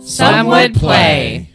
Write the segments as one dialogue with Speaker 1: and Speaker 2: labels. Speaker 1: Some would play.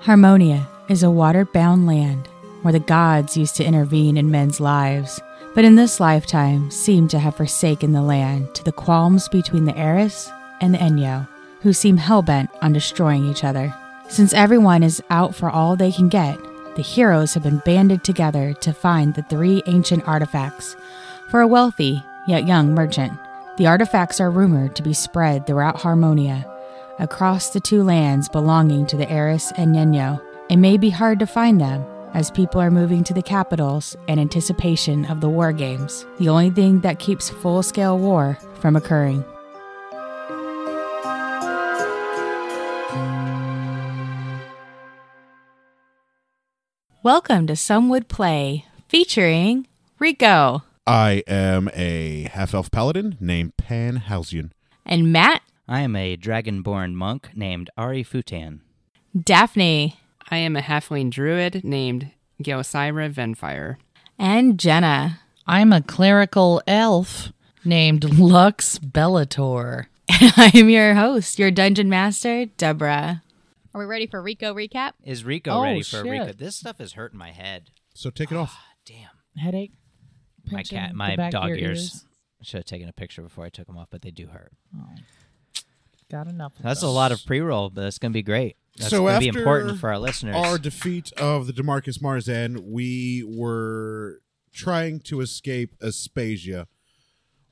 Speaker 2: Harmonia is a water bound land where the gods used to intervene in men's lives, but in this lifetime seem to have forsaken the land to the qualms between the Eris and the Enyo, who seem hell bent on destroying each other. Since everyone is out for all they can get, the heroes have been banded together to find the three ancient artifacts for a wealthy yet young merchant. The artifacts are rumored to be spread throughout Harmonia across the two lands belonging to the Eris and Nino. It may be hard to find them as people are moving to the capitals in anticipation of the war games, the only thing that keeps full scale war from occurring. Welcome to Some Would Play featuring Rico
Speaker 3: I am a half elf paladin named Pan Halcyon.
Speaker 2: and Matt,
Speaker 4: I am a dragonborn monk named Ari Futan.
Speaker 2: Daphne,
Speaker 1: I am a halfling druid named Gelsira Venfire.
Speaker 2: and Jenna.
Speaker 5: I'm a clerical elf named Lux Bellator.
Speaker 2: I'm your host, your dungeon master, Deborah.
Speaker 6: Are we ready for Rico recap?
Speaker 4: Is Rico
Speaker 5: Oh,
Speaker 4: ready for a Rico?
Speaker 5: shit.
Speaker 4: This stuff is hurting my head.
Speaker 3: So take it off.
Speaker 4: Damn.
Speaker 5: Headache.
Speaker 4: My
Speaker 5: pinching
Speaker 4: cat,
Speaker 5: the
Speaker 4: my
Speaker 5: back of
Speaker 4: dog
Speaker 5: your
Speaker 4: ears. Should have taken a picture before I took them off, but they do hurt.
Speaker 5: Got enough. of
Speaker 4: That's a
Speaker 5: those.
Speaker 4: lot of pre-roll, but that's gonna be great. That's
Speaker 3: so
Speaker 4: gonna
Speaker 3: after
Speaker 4: be important for our listeners.
Speaker 3: Our defeat of the Demarcus Marzan, we were trying to escape Aspasia.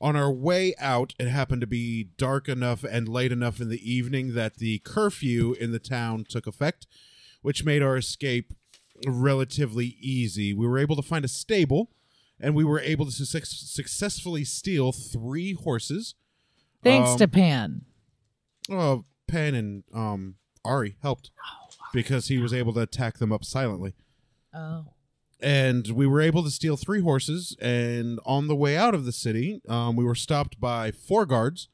Speaker 3: On our way out, it happened to be dark enough and late enough in the evening that the curfew in the town took effect, which made our escape relatively easy. We were able to find a stable, and we were able to success- successfully steal three horses.
Speaker 5: Thanks
Speaker 3: Um,
Speaker 5: to Pan.
Speaker 3: Oh, Pen and um Ari helped because he was able to attack them up silently.
Speaker 5: Oh.
Speaker 3: And we were able to steal three horses. And on the way out of the city, um, we were stopped by four guards.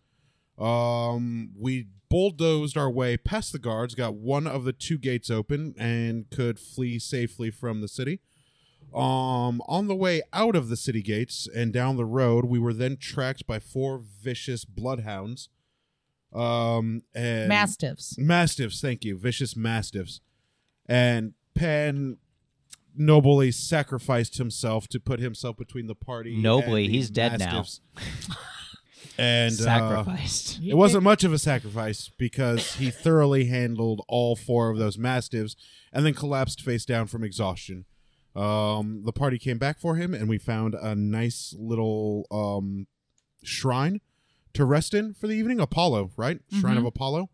Speaker 3: Um, we bulldozed our way past the guards, got one of the two gates open, and could flee safely from the city. Um, on the way out of the city gates and down the road, we were then tracked by four vicious bloodhounds. Um, and
Speaker 5: Mastiffs.
Speaker 3: Mastiffs, thank you. Vicious Mastiffs. And Pan nobly sacrificed himself to put himself between the party.
Speaker 4: Nobly,
Speaker 3: and the
Speaker 4: he's dead now.
Speaker 3: Mastiffs. and uh,
Speaker 4: sacrificed.
Speaker 3: it wasn't much of a sacrifice because he thoroughly handled all four of those Mastiffs and then collapsed face down from exhaustion. Um, the party came back for him, and we found a nice little um, shrine to rest in for the evening. Apollo, right? Shrine of
Speaker 5: Mm-hmm.
Speaker 3: Apollo.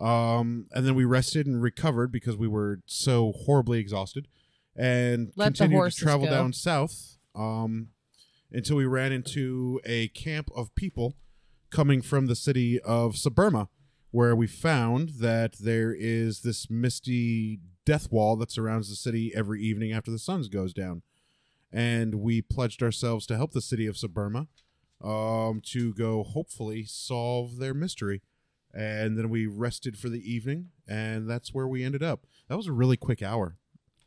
Speaker 3: Um, and then we rested and recovered because we were so horribly exhausted, and
Speaker 5: Let the
Speaker 3: continued to
Speaker 5: horses
Speaker 3: travel
Speaker 5: go.
Speaker 3: down south um, until we ran into a camp of people coming from the city of Suburma, where we found that there is this misty death wall that surrounds the city every evening after the sun goes down. And we pledged ourselves to help the city of Suburma um, to go hopefully solve their mystery. And then we rested for the evening, and that's where we ended up. That was a really quick hour.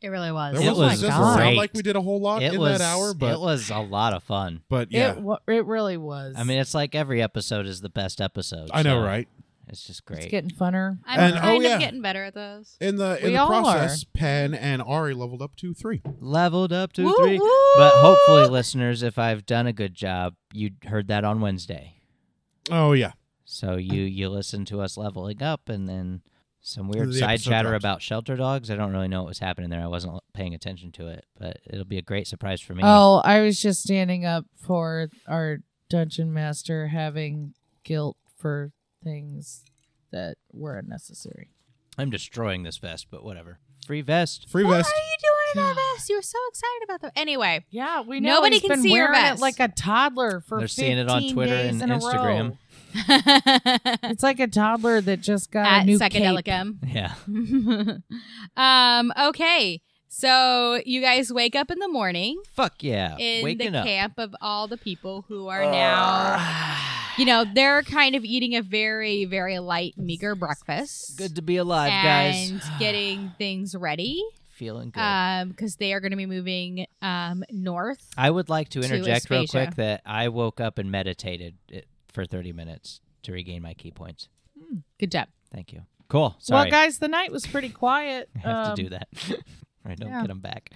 Speaker 6: It really was.
Speaker 3: There
Speaker 4: It
Speaker 3: wasn't
Speaker 4: was
Speaker 3: just- it
Speaker 5: God.
Speaker 3: sounded
Speaker 4: great.
Speaker 3: like we did a whole lot
Speaker 4: It
Speaker 3: in
Speaker 4: was
Speaker 3: that hour, but
Speaker 4: it was a lot of fun.
Speaker 3: but yeah,
Speaker 5: It, wa- it really was.
Speaker 4: I mean, it's like every episode is the best episode.
Speaker 3: I know,
Speaker 4: so
Speaker 3: right?
Speaker 4: It's just
Speaker 5: it's
Speaker 4: great.
Speaker 5: getting funner.
Speaker 6: I'm
Speaker 3: And-
Speaker 6: kind
Speaker 3: oh, yeah.
Speaker 6: of getting better at those.
Speaker 3: In the in
Speaker 5: We
Speaker 3: the
Speaker 5: all
Speaker 3: process, Pen and Ari leveled up to three.
Speaker 4: Leveled up to
Speaker 5: Woo,
Speaker 4: three,
Speaker 5: woo.
Speaker 4: but hopefully, listeners, if I've done a good job, you heard that on Wednesday.
Speaker 3: Oh yeah,
Speaker 4: So you you listen to us leveling up, and then some weird
Speaker 3: The
Speaker 4: side
Speaker 3: episode
Speaker 4: chatter
Speaker 3: drops.
Speaker 4: about shelter dogs. I don't really know what was happening there. I wasn't l- paying attention to it, but it'll be a great surprise for me.
Speaker 5: Oh, I was just standing up for our dungeon master having guilt for things that were unnecessary.
Speaker 4: I'm destroying this vest, but whatever. Free vest.
Speaker 3: free
Speaker 6: What are
Speaker 3: vest.
Speaker 6: you doing in that vest? You were so excited about that. Anyway,
Speaker 5: Yeah, we
Speaker 6: know Nobody he's can been see your wearing it vest.
Speaker 5: like
Speaker 6: like
Speaker 5: a toddler for
Speaker 4: They're seeing it on 15 Twitter days and in a Instagram. row.
Speaker 6: at
Speaker 5: It's like a toddler that just got a new
Speaker 6: psychedelic
Speaker 5: cape.
Speaker 6: M.
Speaker 4: Yeah.
Speaker 6: um. Okay. So you guys wake up in the morning
Speaker 4: Fuck yeah.
Speaker 6: in
Speaker 4: Waking
Speaker 6: the
Speaker 4: up.
Speaker 6: camp of all the people who are now you know, they're kind of eating a very, very light, meager breakfast.
Speaker 4: Good to be alive,
Speaker 6: and uh,
Speaker 4: guys.
Speaker 6: getting things ready
Speaker 4: Feeling good.
Speaker 6: because they are going to be moving um, north.
Speaker 4: I would like to
Speaker 6: to
Speaker 4: interject real
Speaker 6: Aspasia.
Speaker 4: quick that I woke up and meditated it for 30 minutes to regain my key points.
Speaker 6: Good job.
Speaker 4: Thank you. Cool. Sorry.
Speaker 5: Well, guys, the night was pretty quiet.
Speaker 4: I have
Speaker 5: Um,
Speaker 4: to do that. I don't 'em
Speaker 5: yeah.
Speaker 4: get them back.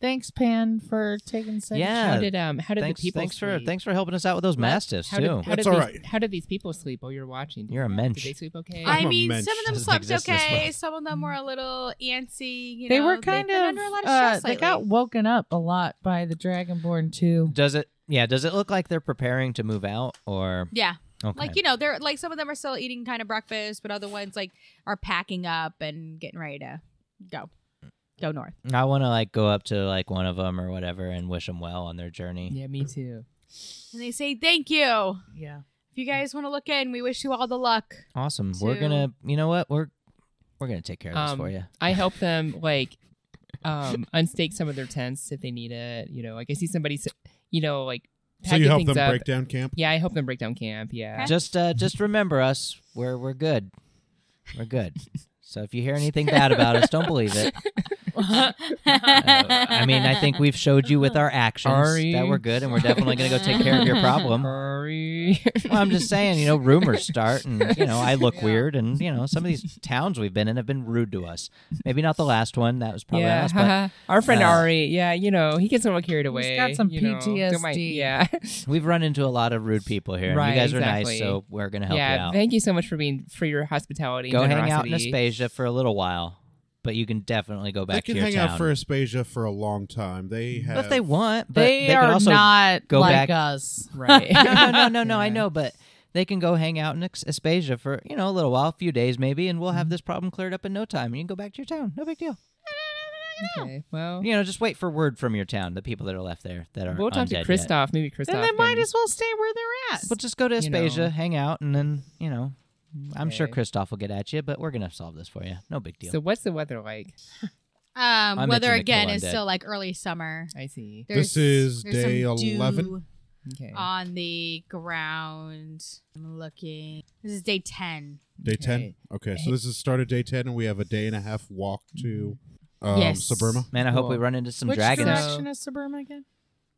Speaker 5: Thanks, Pan, for taking second.
Speaker 4: Yeah.
Speaker 7: How did um? How did
Speaker 4: thanks,
Speaker 7: the people?
Speaker 4: thanks for
Speaker 7: sleep?
Speaker 4: thanks for helping us out with those mastiffs
Speaker 7: How
Speaker 4: too.
Speaker 7: did, how
Speaker 3: That's
Speaker 7: did
Speaker 3: all
Speaker 7: these,
Speaker 3: right.
Speaker 7: How did these people sleep while you're watching?
Speaker 4: You're a
Speaker 7: Did
Speaker 4: mensch.
Speaker 7: they sleep okay?
Speaker 3: I'm
Speaker 6: I
Speaker 3: a
Speaker 6: mean,
Speaker 3: mensch.
Speaker 6: some of them
Speaker 4: Doesn't
Speaker 6: slept
Speaker 4: exist this
Speaker 6: okay.
Speaker 4: way.
Speaker 6: Some of them were a little antsy. You
Speaker 5: They
Speaker 6: know,
Speaker 5: were kind
Speaker 6: they've been
Speaker 5: of.
Speaker 6: under a lot of
Speaker 5: uh,
Speaker 6: stress
Speaker 5: they got
Speaker 6: lately.
Speaker 5: woken up a lot by the Dragonborn too.
Speaker 4: Does it? Yeah. Does it look like they're preparing to move out, or
Speaker 6: yeah.
Speaker 4: okay?
Speaker 6: Like you know, they're like some of them are still eating kind of breakfast, but other ones like are packing up and getting ready to go, go north.
Speaker 4: I want to like go up to like one of them or whatever and wish them well on their journey.
Speaker 7: yeah, me too.
Speaker 6: And they say thank you.
Speaker 5: Yeah.
Speaker 6: If you guys want to look in, we wish you all the luck.
Speaker 4: Awesome. We're
Speaker 6: To-
Speaker 4: gonna. You know what? We're we're gonna take care of this
Speaker 7: Um,
Speaker 4: for you.
Speaker 7: I help them like um unstake some of their tents if they need it. You know, like I see somebody, s- you know, like
Speaker 3: so
Speaker 7: packing
Speaker 3: you help
Speaker 7: things
Speaker 3: them
Speaker 7: up.
Speaker 3: break down camp.
Speaker 7: Yeah, I help them break down camp. Yeah.
Speaker 4: Just uh, just remember us. We're we're good. We're good. so if you hear anything bad about us, don't believe it.
Speaker 6: Um,
Speaker 4: Uh, I mean, I think we've showed you with our actions
Speaker 7: Sorry.
Speaker 4: that we're good, and we're definitely gonna go take care of your problem.
Speaker 7: Sorry.
Speaker 4: Well, I'm just saying, you know, rumors start, and you know, I look
Speaker 7: Yeah.
Speaker 4: weird, and you know, some of these towns we've been in have been rude to us. Maybe not the last one; that was probably
Speaker 7: yeah,
Speaker 4: us. But
Speaker 7: haha. our friend
Speaker 4: uh,
Speaker 7: Ari. Yeah, you know, he gets a little carried away.
Speaker 5: got some
Speaker 7: you know. Don't mind-
Speaker 5: PTSD.
Speaker 7: yeah,
Speaker 4: we've run into a lot of rude people here. and
Speaker 7: Right,
Speaker 4: you guys are nice,
Speaker 7: exactly.
Speaker 4: so we're gonna help
Speaker 7: yeah.
Speaker 4: you out.
Speaker 7: Thank you so much for being for your hospitality.
Speaker 4: go
Speaker 7: and
Speaker 4: hang out in
Speaker 7: generosity.
Speaker 4: Aspasia for a little while, but you can definitely go back
Speaker 3: They can
Speaker 4: to your
Speaker 3: hang
Speaker 4: town
Speaker 3: out for Aspasia for a long time. They have.
Speaker 4: if they want. But
Speaker 5: they,
Speaker 4: can
Speaker 5: are
Speaker 4: also
Speaker 5: not
Speaker 4: go
Speaker 5: like
Speaker 4: back-
Speaker 5: us.
Speaker 4: no, no,
Speaker 7: Right.
Speaker 4: no, no, no. I know, but they can go hang out in Ex- Aspasia for you know a little while, a few days maybe, and
Speaker 7: Mm-hmm.
Speaker 4: we'll have this problem cleared up in no time. And you can go back to your town. No big deal.
Speaker 7: okay. Well,
Speaker 4: You know, just wait for word from your town, the people that are left there that are.
Speaker 7: we'll talk to
Speaker 4: Christoph.
Speaker 7: Christoph. Maybe Christoph.
Speaker 5: Then they might
Speaker 7: can-
Speaker 5: as well stay where they're at.
Speaker 4: Well, just go to
Speaker 7: you know.
Speaker 4: Aspasia, hang out, and then you know, I'm sure
Speaker 7: Okay.
Speaker 4: Christoph will get at you, but we're gonna solve this for you. No big deal.
Speaker 7: So what's the weather like?
Speaker 6: Um,
Speaker 4: I'm
Speaker 6: weather
Speaker 4: itching to
Speaker 6: again
Speaker 4: kill
Speaker 6: is
Speaker 4: undead.
Speaker 6: still like early summer.
Speaker 7: I see.
Speaker 3: This is
Speaker 6: there's some
Speaker 3: day 11?
Speaker 6: dew
Speaker 7: Okay.
Speaker 6: on the ground. I'm looking. This is day ten.
Speaker 3: Day ten.
Speaker 7: Hey.
Speaker 3: Okay, so this is start of day ten, and we have a day and a half walk to um,
Speaker 6: Yes.
Speaker 3: Suburma.
Speaker 4: Man, I hope we
Speaker 7: Cool.
Speaker 4: run into some
Speaker 5: Which
Speaker 4: dragons.
Speaker 5: direction is Suburban again?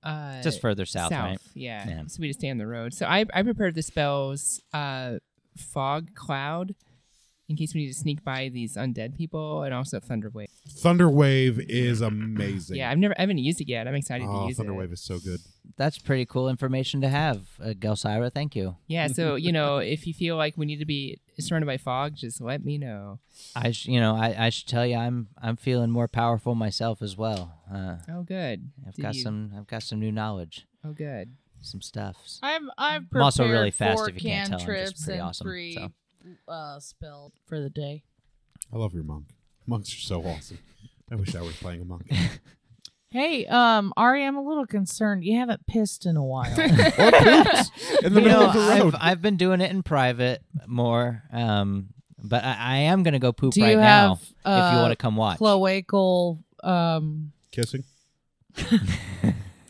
Speaker 7: Uh,
Speaker 4: Just further south, right?
Speaker 7: Yeah.
Speaker 4: Yeah.
Speaker 7: So we just stay on the road. So I I prepared the spells uh fog cloud in case we need to sneak by these undead people and also thunderwave.
Speaker 3: Thunderwave is amazing.
Speaker 7: Yeah, I've never I haven't used it yet. I'm excited
Speaker 3: oh,
Speaker 7: to use it.
Speaker 3: Thunderwave is so good.
Speaker 4: That's pretty cool information to have, uh, Gelsira. Thank you.
Speaker 7: Yeah, so you know, if you feel like we need to be surrounded by fog, just let me know.
Speaker 4: I, sh- you know, I, I should tell you, I'm, I'm feeling more powerful myself as well. Uh,
Speaker 7: Oh good.
Speaker 4: I've
Speaker 7: Did
Speaker 4: got
Speaker 7: you-
Speaker 4: some, I've got some new knowledge,
Speaker 7: Oh good.
Speaker 4: some stuffs.
Speaker 5: I'm I'm
Speaker 4: I'm also really
Speaker 5: prepared
Speaker 4: fast
Speaker 5: four
Speaker 4: if you can't tell. I'm just
Speaker 5: cantrips
Speaker 4: pretty
Speaker 5: and
Speaker 4: awesome,
Speaker 5: three
Speaker 4: so.
Speaker 5: uh, spells for the day.
Speaker 3: I love your monk. Monks are so awesome. I wish I was playing a monk
Speaker 5: Hey, um, Ari, I'm a little concerned. You haven't pissed in a while.
Speaker 3: or poops in the
Speaker 4: you
Speaker 3: middle
Speaker 4: know,
Speaker 3: of the road.
Speaker 4: I've, I've been doing it in private more, um, but I, I am gonna go poop
Speaker 5: Do
Speaker 4: right
Speaker 5: you
Speaker 4: now
Speaker 5: have,
Speaker 4: if you
Speaker 5: uh,
Speaker 4: want to come watch.
Speaker 5: Cloacal. Um,
Speaker 3: Kissing.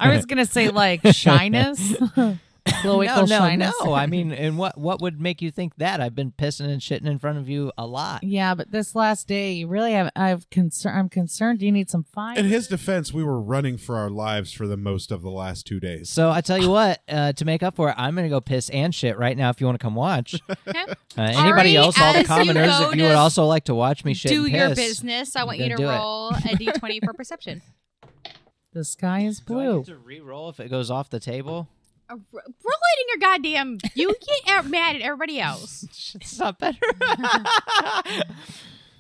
Speaker 5: I was gonna say like shyness.
Speaker 4: no,
Speaker 5: Cloacal
Speaker 4: no,
Speaker 5: shyness.
Speaker 4: no. I mean, and what what would make you think that? I've been pissing and shitting in front of you a lot.
Speaker 5: Yeah, but this last day, you really have. I've concern. I'm concerned. You need some
Speaker 3: In
Speaker 5: fine.
Speaker 3: his defense, we were running for our lives for the most of the last two days.
Speaker 4: So I tell you what, uh, to make up for it, I'm gonna go piss and shit right now. If you want to come watch, uh,
Speaker 6: Ari,
Speaker 4: anybody else, all
Speaker 6: as
Speaker 4: the
Speaker 6: you
Speaker 4: commoners,
Speaker 6: go,
Speaker 4: if you would
Speaker 6: just
Speaker 4: also like to watch me shit,
Speaker 6: Do
Speaker 4: and
Speaker 6: your
Speaker 4: piss,
Speaker 6: business. I want you
Speaker 4: Then
Speaker 6: to
Speaker 4: do it.
Speaker 6: roll a d20 for perception.
Speaker 5: The sky is
Speaker 4: Do I
Speaker 5: blue.
Speaker 4: get to re-roll if it goes off the table?
Speaker 6: Uh, ro- roll it in your goddamn. You get e- mad at everybody else.
Speaker 4: It's not better.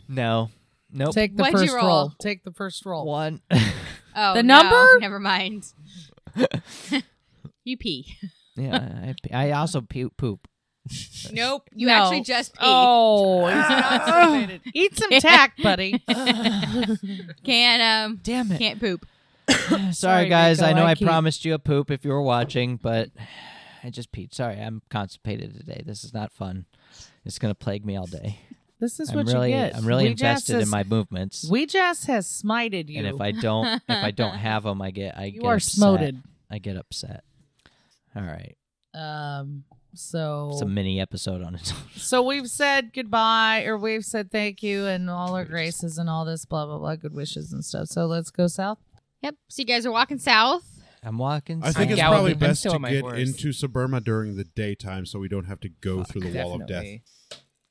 Speaker 4: no, nope.
Speaker 5: Take the
Speaker 6: What'd you
Speaker 5: first
Speaker 6: roll?
Speaker 5: Take the first roll.
Speaker 4: one.
Speaker 6: Oh,
Speaker 5: The
Speaker 6: no,
Speaker 5: number?
Speaker 6: never mind. you pee.
Speaker 4: yeah, I, I also pu- poop.
Speaker 6: Nope. You
Speaker 5: No.
Speaker 6: actually just pee.
Speaker 5: Oh, he's constipated. Eat some tack, buddy.
Speaker 6: Can um
Speaker 4: Damn it!
Speaker 6: can't poop.
Speaker 4: Sorry,
Speaker 5: Sorry,
Speaker 4: guys.
Speaker 5: Rico,
Speaker 4: I know
Speaker 5: I
Speaker 4: I,
Speaker 5: keep-
Speaker 4: promised you a poop if you were watching, but I just peed. Sorry, I'm constipated today. This is not fun. It's gonna plague me all day.
Speaker 5: This is
Speaker 4: I'm
Speaker 5: what
Speaker 4: really,
Speaker 5: you get.
Speaker 4: I'm really
Speaker 5: Weejas
Speaker 4: invested in
Speaker 5: has-
Speaker 4: my movements.
Speaker 5: Weejas has smited you.
Speaker 4: and if I don't, if I don't have them, I get, I
Speaker 5: you
Speaker 4: get
Speaker 5: are
Speaker 4: upset.
Speaker 5: smoted.
Speaker 4: I get upset. All right.
Speaker 5: Um, So
Speaker 4: It's a mini episode on its own.
Speaker 5: so we've said goodbye or we've said thank you and all our graces and all this blah blah blah good wishes and stuff. So let's go south.
Speaker 6: Yep. So you guys are walking south.
Speaker 4: I'm walking.
Speaker 3: I think
Speaker 7: I'm
Speaker 3: it's
Speaker 7: galloping.
Speaker 3: probably
Speaker 7: I'm
Speaker 3: best
Speaker 7: still
Speaker 3: to
Speaker 7: on my
Speaker 3: get
Speaker 7: horse.
Speaker 3: into Suburma during the daytime so we don't have to go through the wall of death.
Speaker 7: Definitely.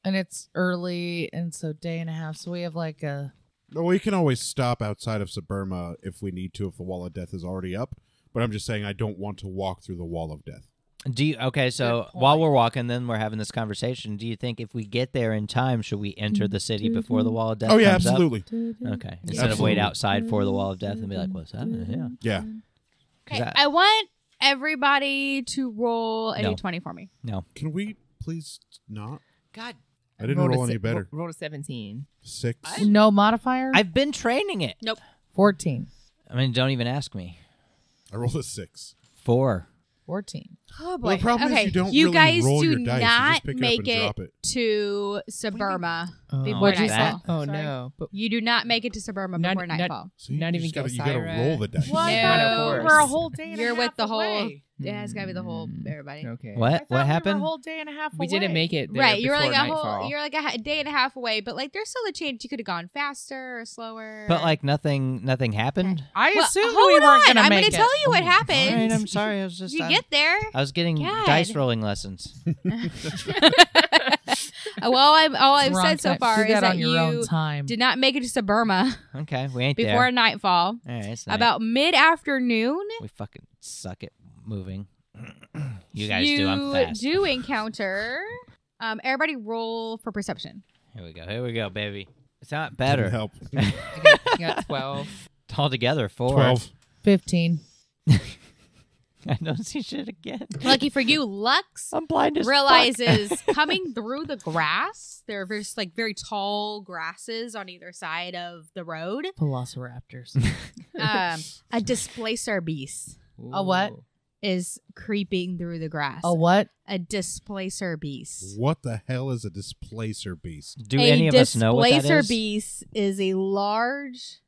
Speaker 5: And it's early and so day and a half. So we have like a
Speaker 3: No, we can always stop outside of Suburma if we need to, if the wall of death is already up. But I'm just saying I don't want to walk through the wall of death.
Speaker 4: Do you, okay, so while we're walking, then we're having this conversation. Do you think if we get there in time, should we
Speaker 5: Mm,
Speaker 4: enter the city before the wall of death?
Speaker 3: oh yeah,
Speaker 4: comes up?
Speaker 3: absolutely.
Speaker 4: Okay, instead of wait
Speaker 3: Absolutely.
Speaker 4: outside for the wall of death and be like,
Speaker 6: Mm-hmm.
Speaker 4: "What's happening?"
Speaker 3: Yeah.
Speaker 4: Yeah, 'Cause
Speaker 6: Okay.
Speaker 4: that-
Speaker 6: I want everybody to roll a
Speaker 4: No.
Speaker 6: 20 for me.
Speaker 4: no,
Speaker 3: Can we please not?
Speaker 7: God,
Speaker 3: I didn't
Speaker 7: rolled a
Speaker 3: roll any
Speaker 7: se-
Speaker 3: better.
Speaker 7: Rolled a seventeen.
Speaker 3: Six.
Speaker 5: no modifier.
Speaker 4: I've been training it.
Speaker 5: Fourteen.
Speaker 4: I mean, don't even ask me.
Speaker 3: I rolled a six.
Speaker 4: Four.
Speaker 5: Fourteen.
Speaker 6: Oh
Speaker 3: Well,
Speaker 6: boy.
Speaker 3: the problem is
Speaker 6: okay.
Speaker 3: you don't really
Speaker 6: guys
Speaker 3: roll
Speaker 6: do
Speaker 3: your dice. You
Speaker 6: not
Speaker 3: just pick it up
Speaker 6: make
Speaker 3: and
Speaker 6: it,
Speaker 3: drop it.
Speaker 6: to Suburma.
Speaker 7: Oh,
Speaker 6: Before
Speaker 5: What'd you
Speaker 6: nightfall.
Speaker 4: say?
Speaker 7: oh no, but
Speaker 6: You do not make it to Suburma
Speaker 7: Not-
Speaker 6: before
Speaker 7: not-
Speaker 6: nightfall.
Speaker 3: So you
Speaker 7: Not
Speaker 3: just
Speaker 7: even
Speaker 3: gotta,
Speaker 7: go
Speaker 3: you gotta
Speaker 7: Syra.
Speaker 3: roll the dice.
Speaker 7: What?
Speaker 6: No.
Speaker 7: Yeah.
Speaker 5: We're a whole day and a
Speaker 6: You're
Speaker 5: half
Speaker 6: with the whole.
Speaker 5: away.
Speaker 6: Yeah, it's gotta be the whole
Speaker 7: Mm.
Speaker 6: everybody.
Speaker 7: okay.
Speaker 5: I
Speaker 4: What?
Speaker 5: thought we were
Speaker 4: What happened?
Speaker 5: a whole day and a half
Speaker 7: We didn't
Speaker 5: away.
Speaker 7: make it there
Speaker 6: Right, you're like
Speaker 7: before
Speaker 6: a whole,
Speaker 7: nightfall.
Speaker 6: you're like a ha- day and a half away, but like there's still a chance you could have gone faster or slower.
Speaker 4: But like nothing, nothing happened.
Speaker 5: I
Speaker 6: Well,
Speaker 5: assumed
Speaker 6: hold
Speaker 5: we weren't
Speaker 6: on,
Speaker 5: gonna
Speaker 6: I'm
Speaker 5: make
Speaker 6: gonna
Speaker 5: it. Oh,
Speaker 6: tell you what
Speaker 4: All
Speaker 6: happened.
Speaker 4: right, I'm sorry. I was just.
Speaker 6: you
Speaker 4: I'm-
Speaker 6: get there.
Speaker 4: I was getting
Speaker 6: God.
Speaker 4: dice rolling lessons.
Speaker 6: well, all I'm, all I've
Speaker 5: Wrong
Speaker 6: said so
Speaker 5: time.
Speaker 6: far
Speaker 5: Do
Speaker 6: is
Speaker 5: that
Speaker 6: that
Speaker 5: on your own
Speaker 6: you
Speaker 5: time.
Speaker 6: did not make it to Suburma
Speaker 4: Okay, we ain't
Speaker 6: before
Speaker 4: there.
Speaker 6: nightfall.
Speaker 4: All right, it's night.
Speaker 6: About mid afternoon,
Speaker 4: we fucking suck at moving. you guys
Speaker 6: you
Speaker 4: do. I'm fast.
Speaker 6: do encounter. Um, everybody roll for perception.
Speaker 4: Here we go. Here we go, baby. It's not
Speaker 3: Didn't
Speaker 4: better.
Speaker 3: Help.
Speaker 7: I got twelve.
Speaker 4: All together, four.
Speaker 3: Twelve.
Speaker 5: Fifteen.
Speaker 4: I don't see shit again.
Speaker 6: Lucky for you, Lux
Speaker 4: I'm blind as fuck.
Speaker 6: realizes coming through the grass, there are just like very tall grasses on either side of the road.
Speaker 5: Velociraptors.
Speaker 6: Um, a displacer beast
Speaker 5: A what?
Speaker 7: Ooh.
Speaker 6: is creeping through the grass.
Speaker 5: a what?
Speaker 6: a displacer beast.
Speaker 3: What the hell is a displacer beast?
Speaker 4: Do
Speaker 6: a
Speaker 4: any of us know what that
Speaker 6: displacer
Speaker 4: is?
Speaker 6: beast is a large,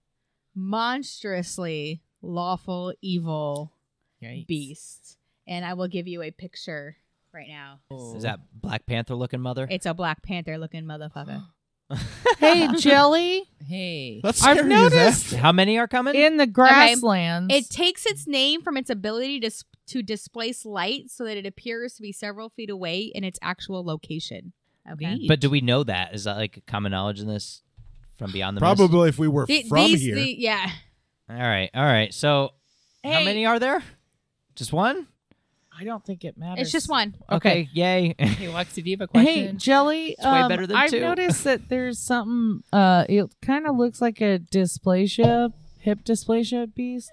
Speaker 6: monstrously lawful evil
Speaker 7: Yikes.
Speaker 6: beast, and I will give you a picture right now.
Speaker 4: Is that Black Panther looking mother?
Speaker 6: It's a black panther looking motherfucker.
Speaker 5: Hey, Jelly.
Speaker 7: Hey.
Speaker 3: That's
Speaker 5: I've
Speaker 3: scary as
Speaker 5: noticed-
Speaker 3: F.
Speaker 4: How many are coming?
Speaker 5: In the grasslands.
Speaker 6: It takes its name from its ability to s- to displace light so that it appears to be several feet away in its actual location. Okay.
Speaker 4: but do we know that? Is that like common knowledge in this from beyond the Mist?
Speaker 3: Probably if we were
Speaker 6: The-
Speaker 3: from
Speaker 6: these-
Speaker 3: here.
Speaker 6: the- yeah.
Speaker 4: All right, all right. So how
Speaker 6: Hey.
Speaker 4: many are there? Just one?
Speaker 5: I don't think it matters.
Speaker 6: It's just one.
Speaker 4: Okay, yay.
Speaker 7: Hey, Lexi, do you have a
Speaker 5: Hey,
Speaker 7: question?
Speaker 5: Jelly.
Speaker 4: way
Speaker 5: um,
Speaker 4: better than
Speaker 5: I've
Speaker 4: two.
Speaker 5: noticed that there's something. Uh, it kind of looks like a dysplasia, hip dysplasia beast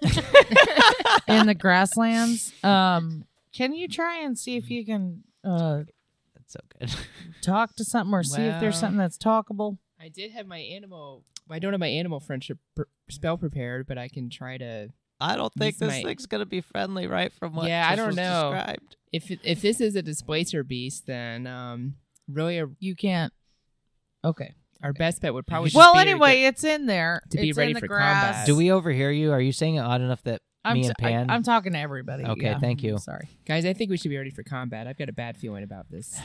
Speaker 5: in the grasslands. Um, can you try and see if you can uh
Speaker 4: That's so good.
Speaker 5: talk to something or see if there's
Speaker 7: Well.
Speaker 5: something that's talkable?
Speaker 7: I did have my animal. I don't have my animal friendship pr- spell prepared, but I can try to.
Speaker 4: I don't think
Speaker 7: These
Speaker 4: this
Speaker 7: might-
Speaker 4: thing's gonna be friendly, right? From what
Speaker 7: Yeah, I
Speaker 4: just
Speaker 7: don't
Speaker 4: was
Speaker 7: know.
Speaker 4: described.
Speaker 7: If it- if this is a displacer beast, then um, really our,
Speaker 5: You can't. Okay.
Speaker 7: our best bet would probably.
Speaker 4: could
Speaker 7: just
Speaker 5: Well,
Speaker 7: be to
Speaker 5: anyway,
Speaker 7: get-
Speaker 5: it's in there.
Speaker 7: to be
Speaker 5: It's
Speaker 7: ready
Speaker 5: in the
Speaker 7: for
Speaker 5: grass.
Speaker 7: combat.
Speaker 4: Do we overhear you? Are you saying it odd enough that
Speaker 5: I'm,
Speaker 4: me
Speaker 5: t-
Speaker 4: and Pan?
Speaker 5: I, am talking to everybody.
Speaker 4: Okay,
Speaker 5: yeah.
Speaker 4: thank you.
Speaker 5: Sorry.
Speaker 7: guys, I think we should be ready for combat. I've got a bad feeling about this.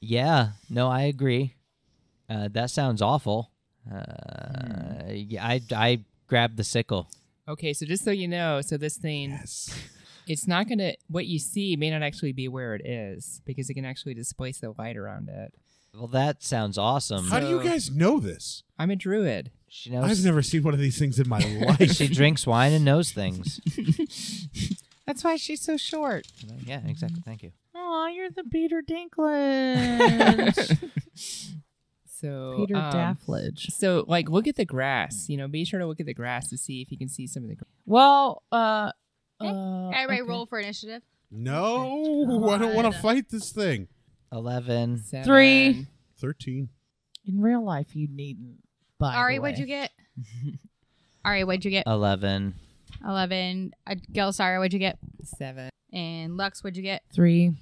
Speaker 4: Yeah, no, I agree. Uh, that sounds awful. Uh,
Speaker 7: Hmm.
Speaker 4: yeah, I I grabbed the sickle.
Speaker 7: Okay, so just so you know, so this thing,
Speaker 3: Yes.
Speaker 7: it's not gonna. What you see may not actually be where it is because it can actually displace the light around it.
Speaker 4: Well, that sounds awesome.
Speaker 3: How do you guys know this?
Speaker 7: I'm a druid.
Speaker 4: She knows.
Speaker 3: I've never seen one of these things in my life.
Speaker 4: She drinks wine and knows things.
Speaker 5: That's why she's so short.
Speaker 4: yeah, exactly. Thank you.
Speaker 5: Oh, you're the Peter Dinklage.
Speaker 7: So
Speaker 5: Peter
Speaker 7: um,
Speaker 5: Daffledge.
Speaker 7: So like, look at the grass. You know, be sure to look at the grass to see if you can see some of the.
Speaker 5: Well, uh,
Speaker 6: Okay.
Speaker 5: uh,
Speaker 6: Everybody
Speaker 5: okay.
Speaker 6: roll for initiative.
Speaker 3: no, I don't want to fight this thing.
Speaker 4: Eleven.
Speaker 3: Mm.
Speaker 7: Seven.
Speaker 5: Three.
Speaker 3: Thirteen.
Speaker 5: In real life, you needn't. By the
Speaker 6: Ari,
Speaker 5: way.
Speaker 6: what'd you get? Ari, what'd you get?
Speaker 4: Eleven.
Speaker 6: 11. Uh, Gelsara, what'd you get?
Speaker 7: Seven.
Speaker 6: And Lux, what'd you get?
Speaker 5: Three.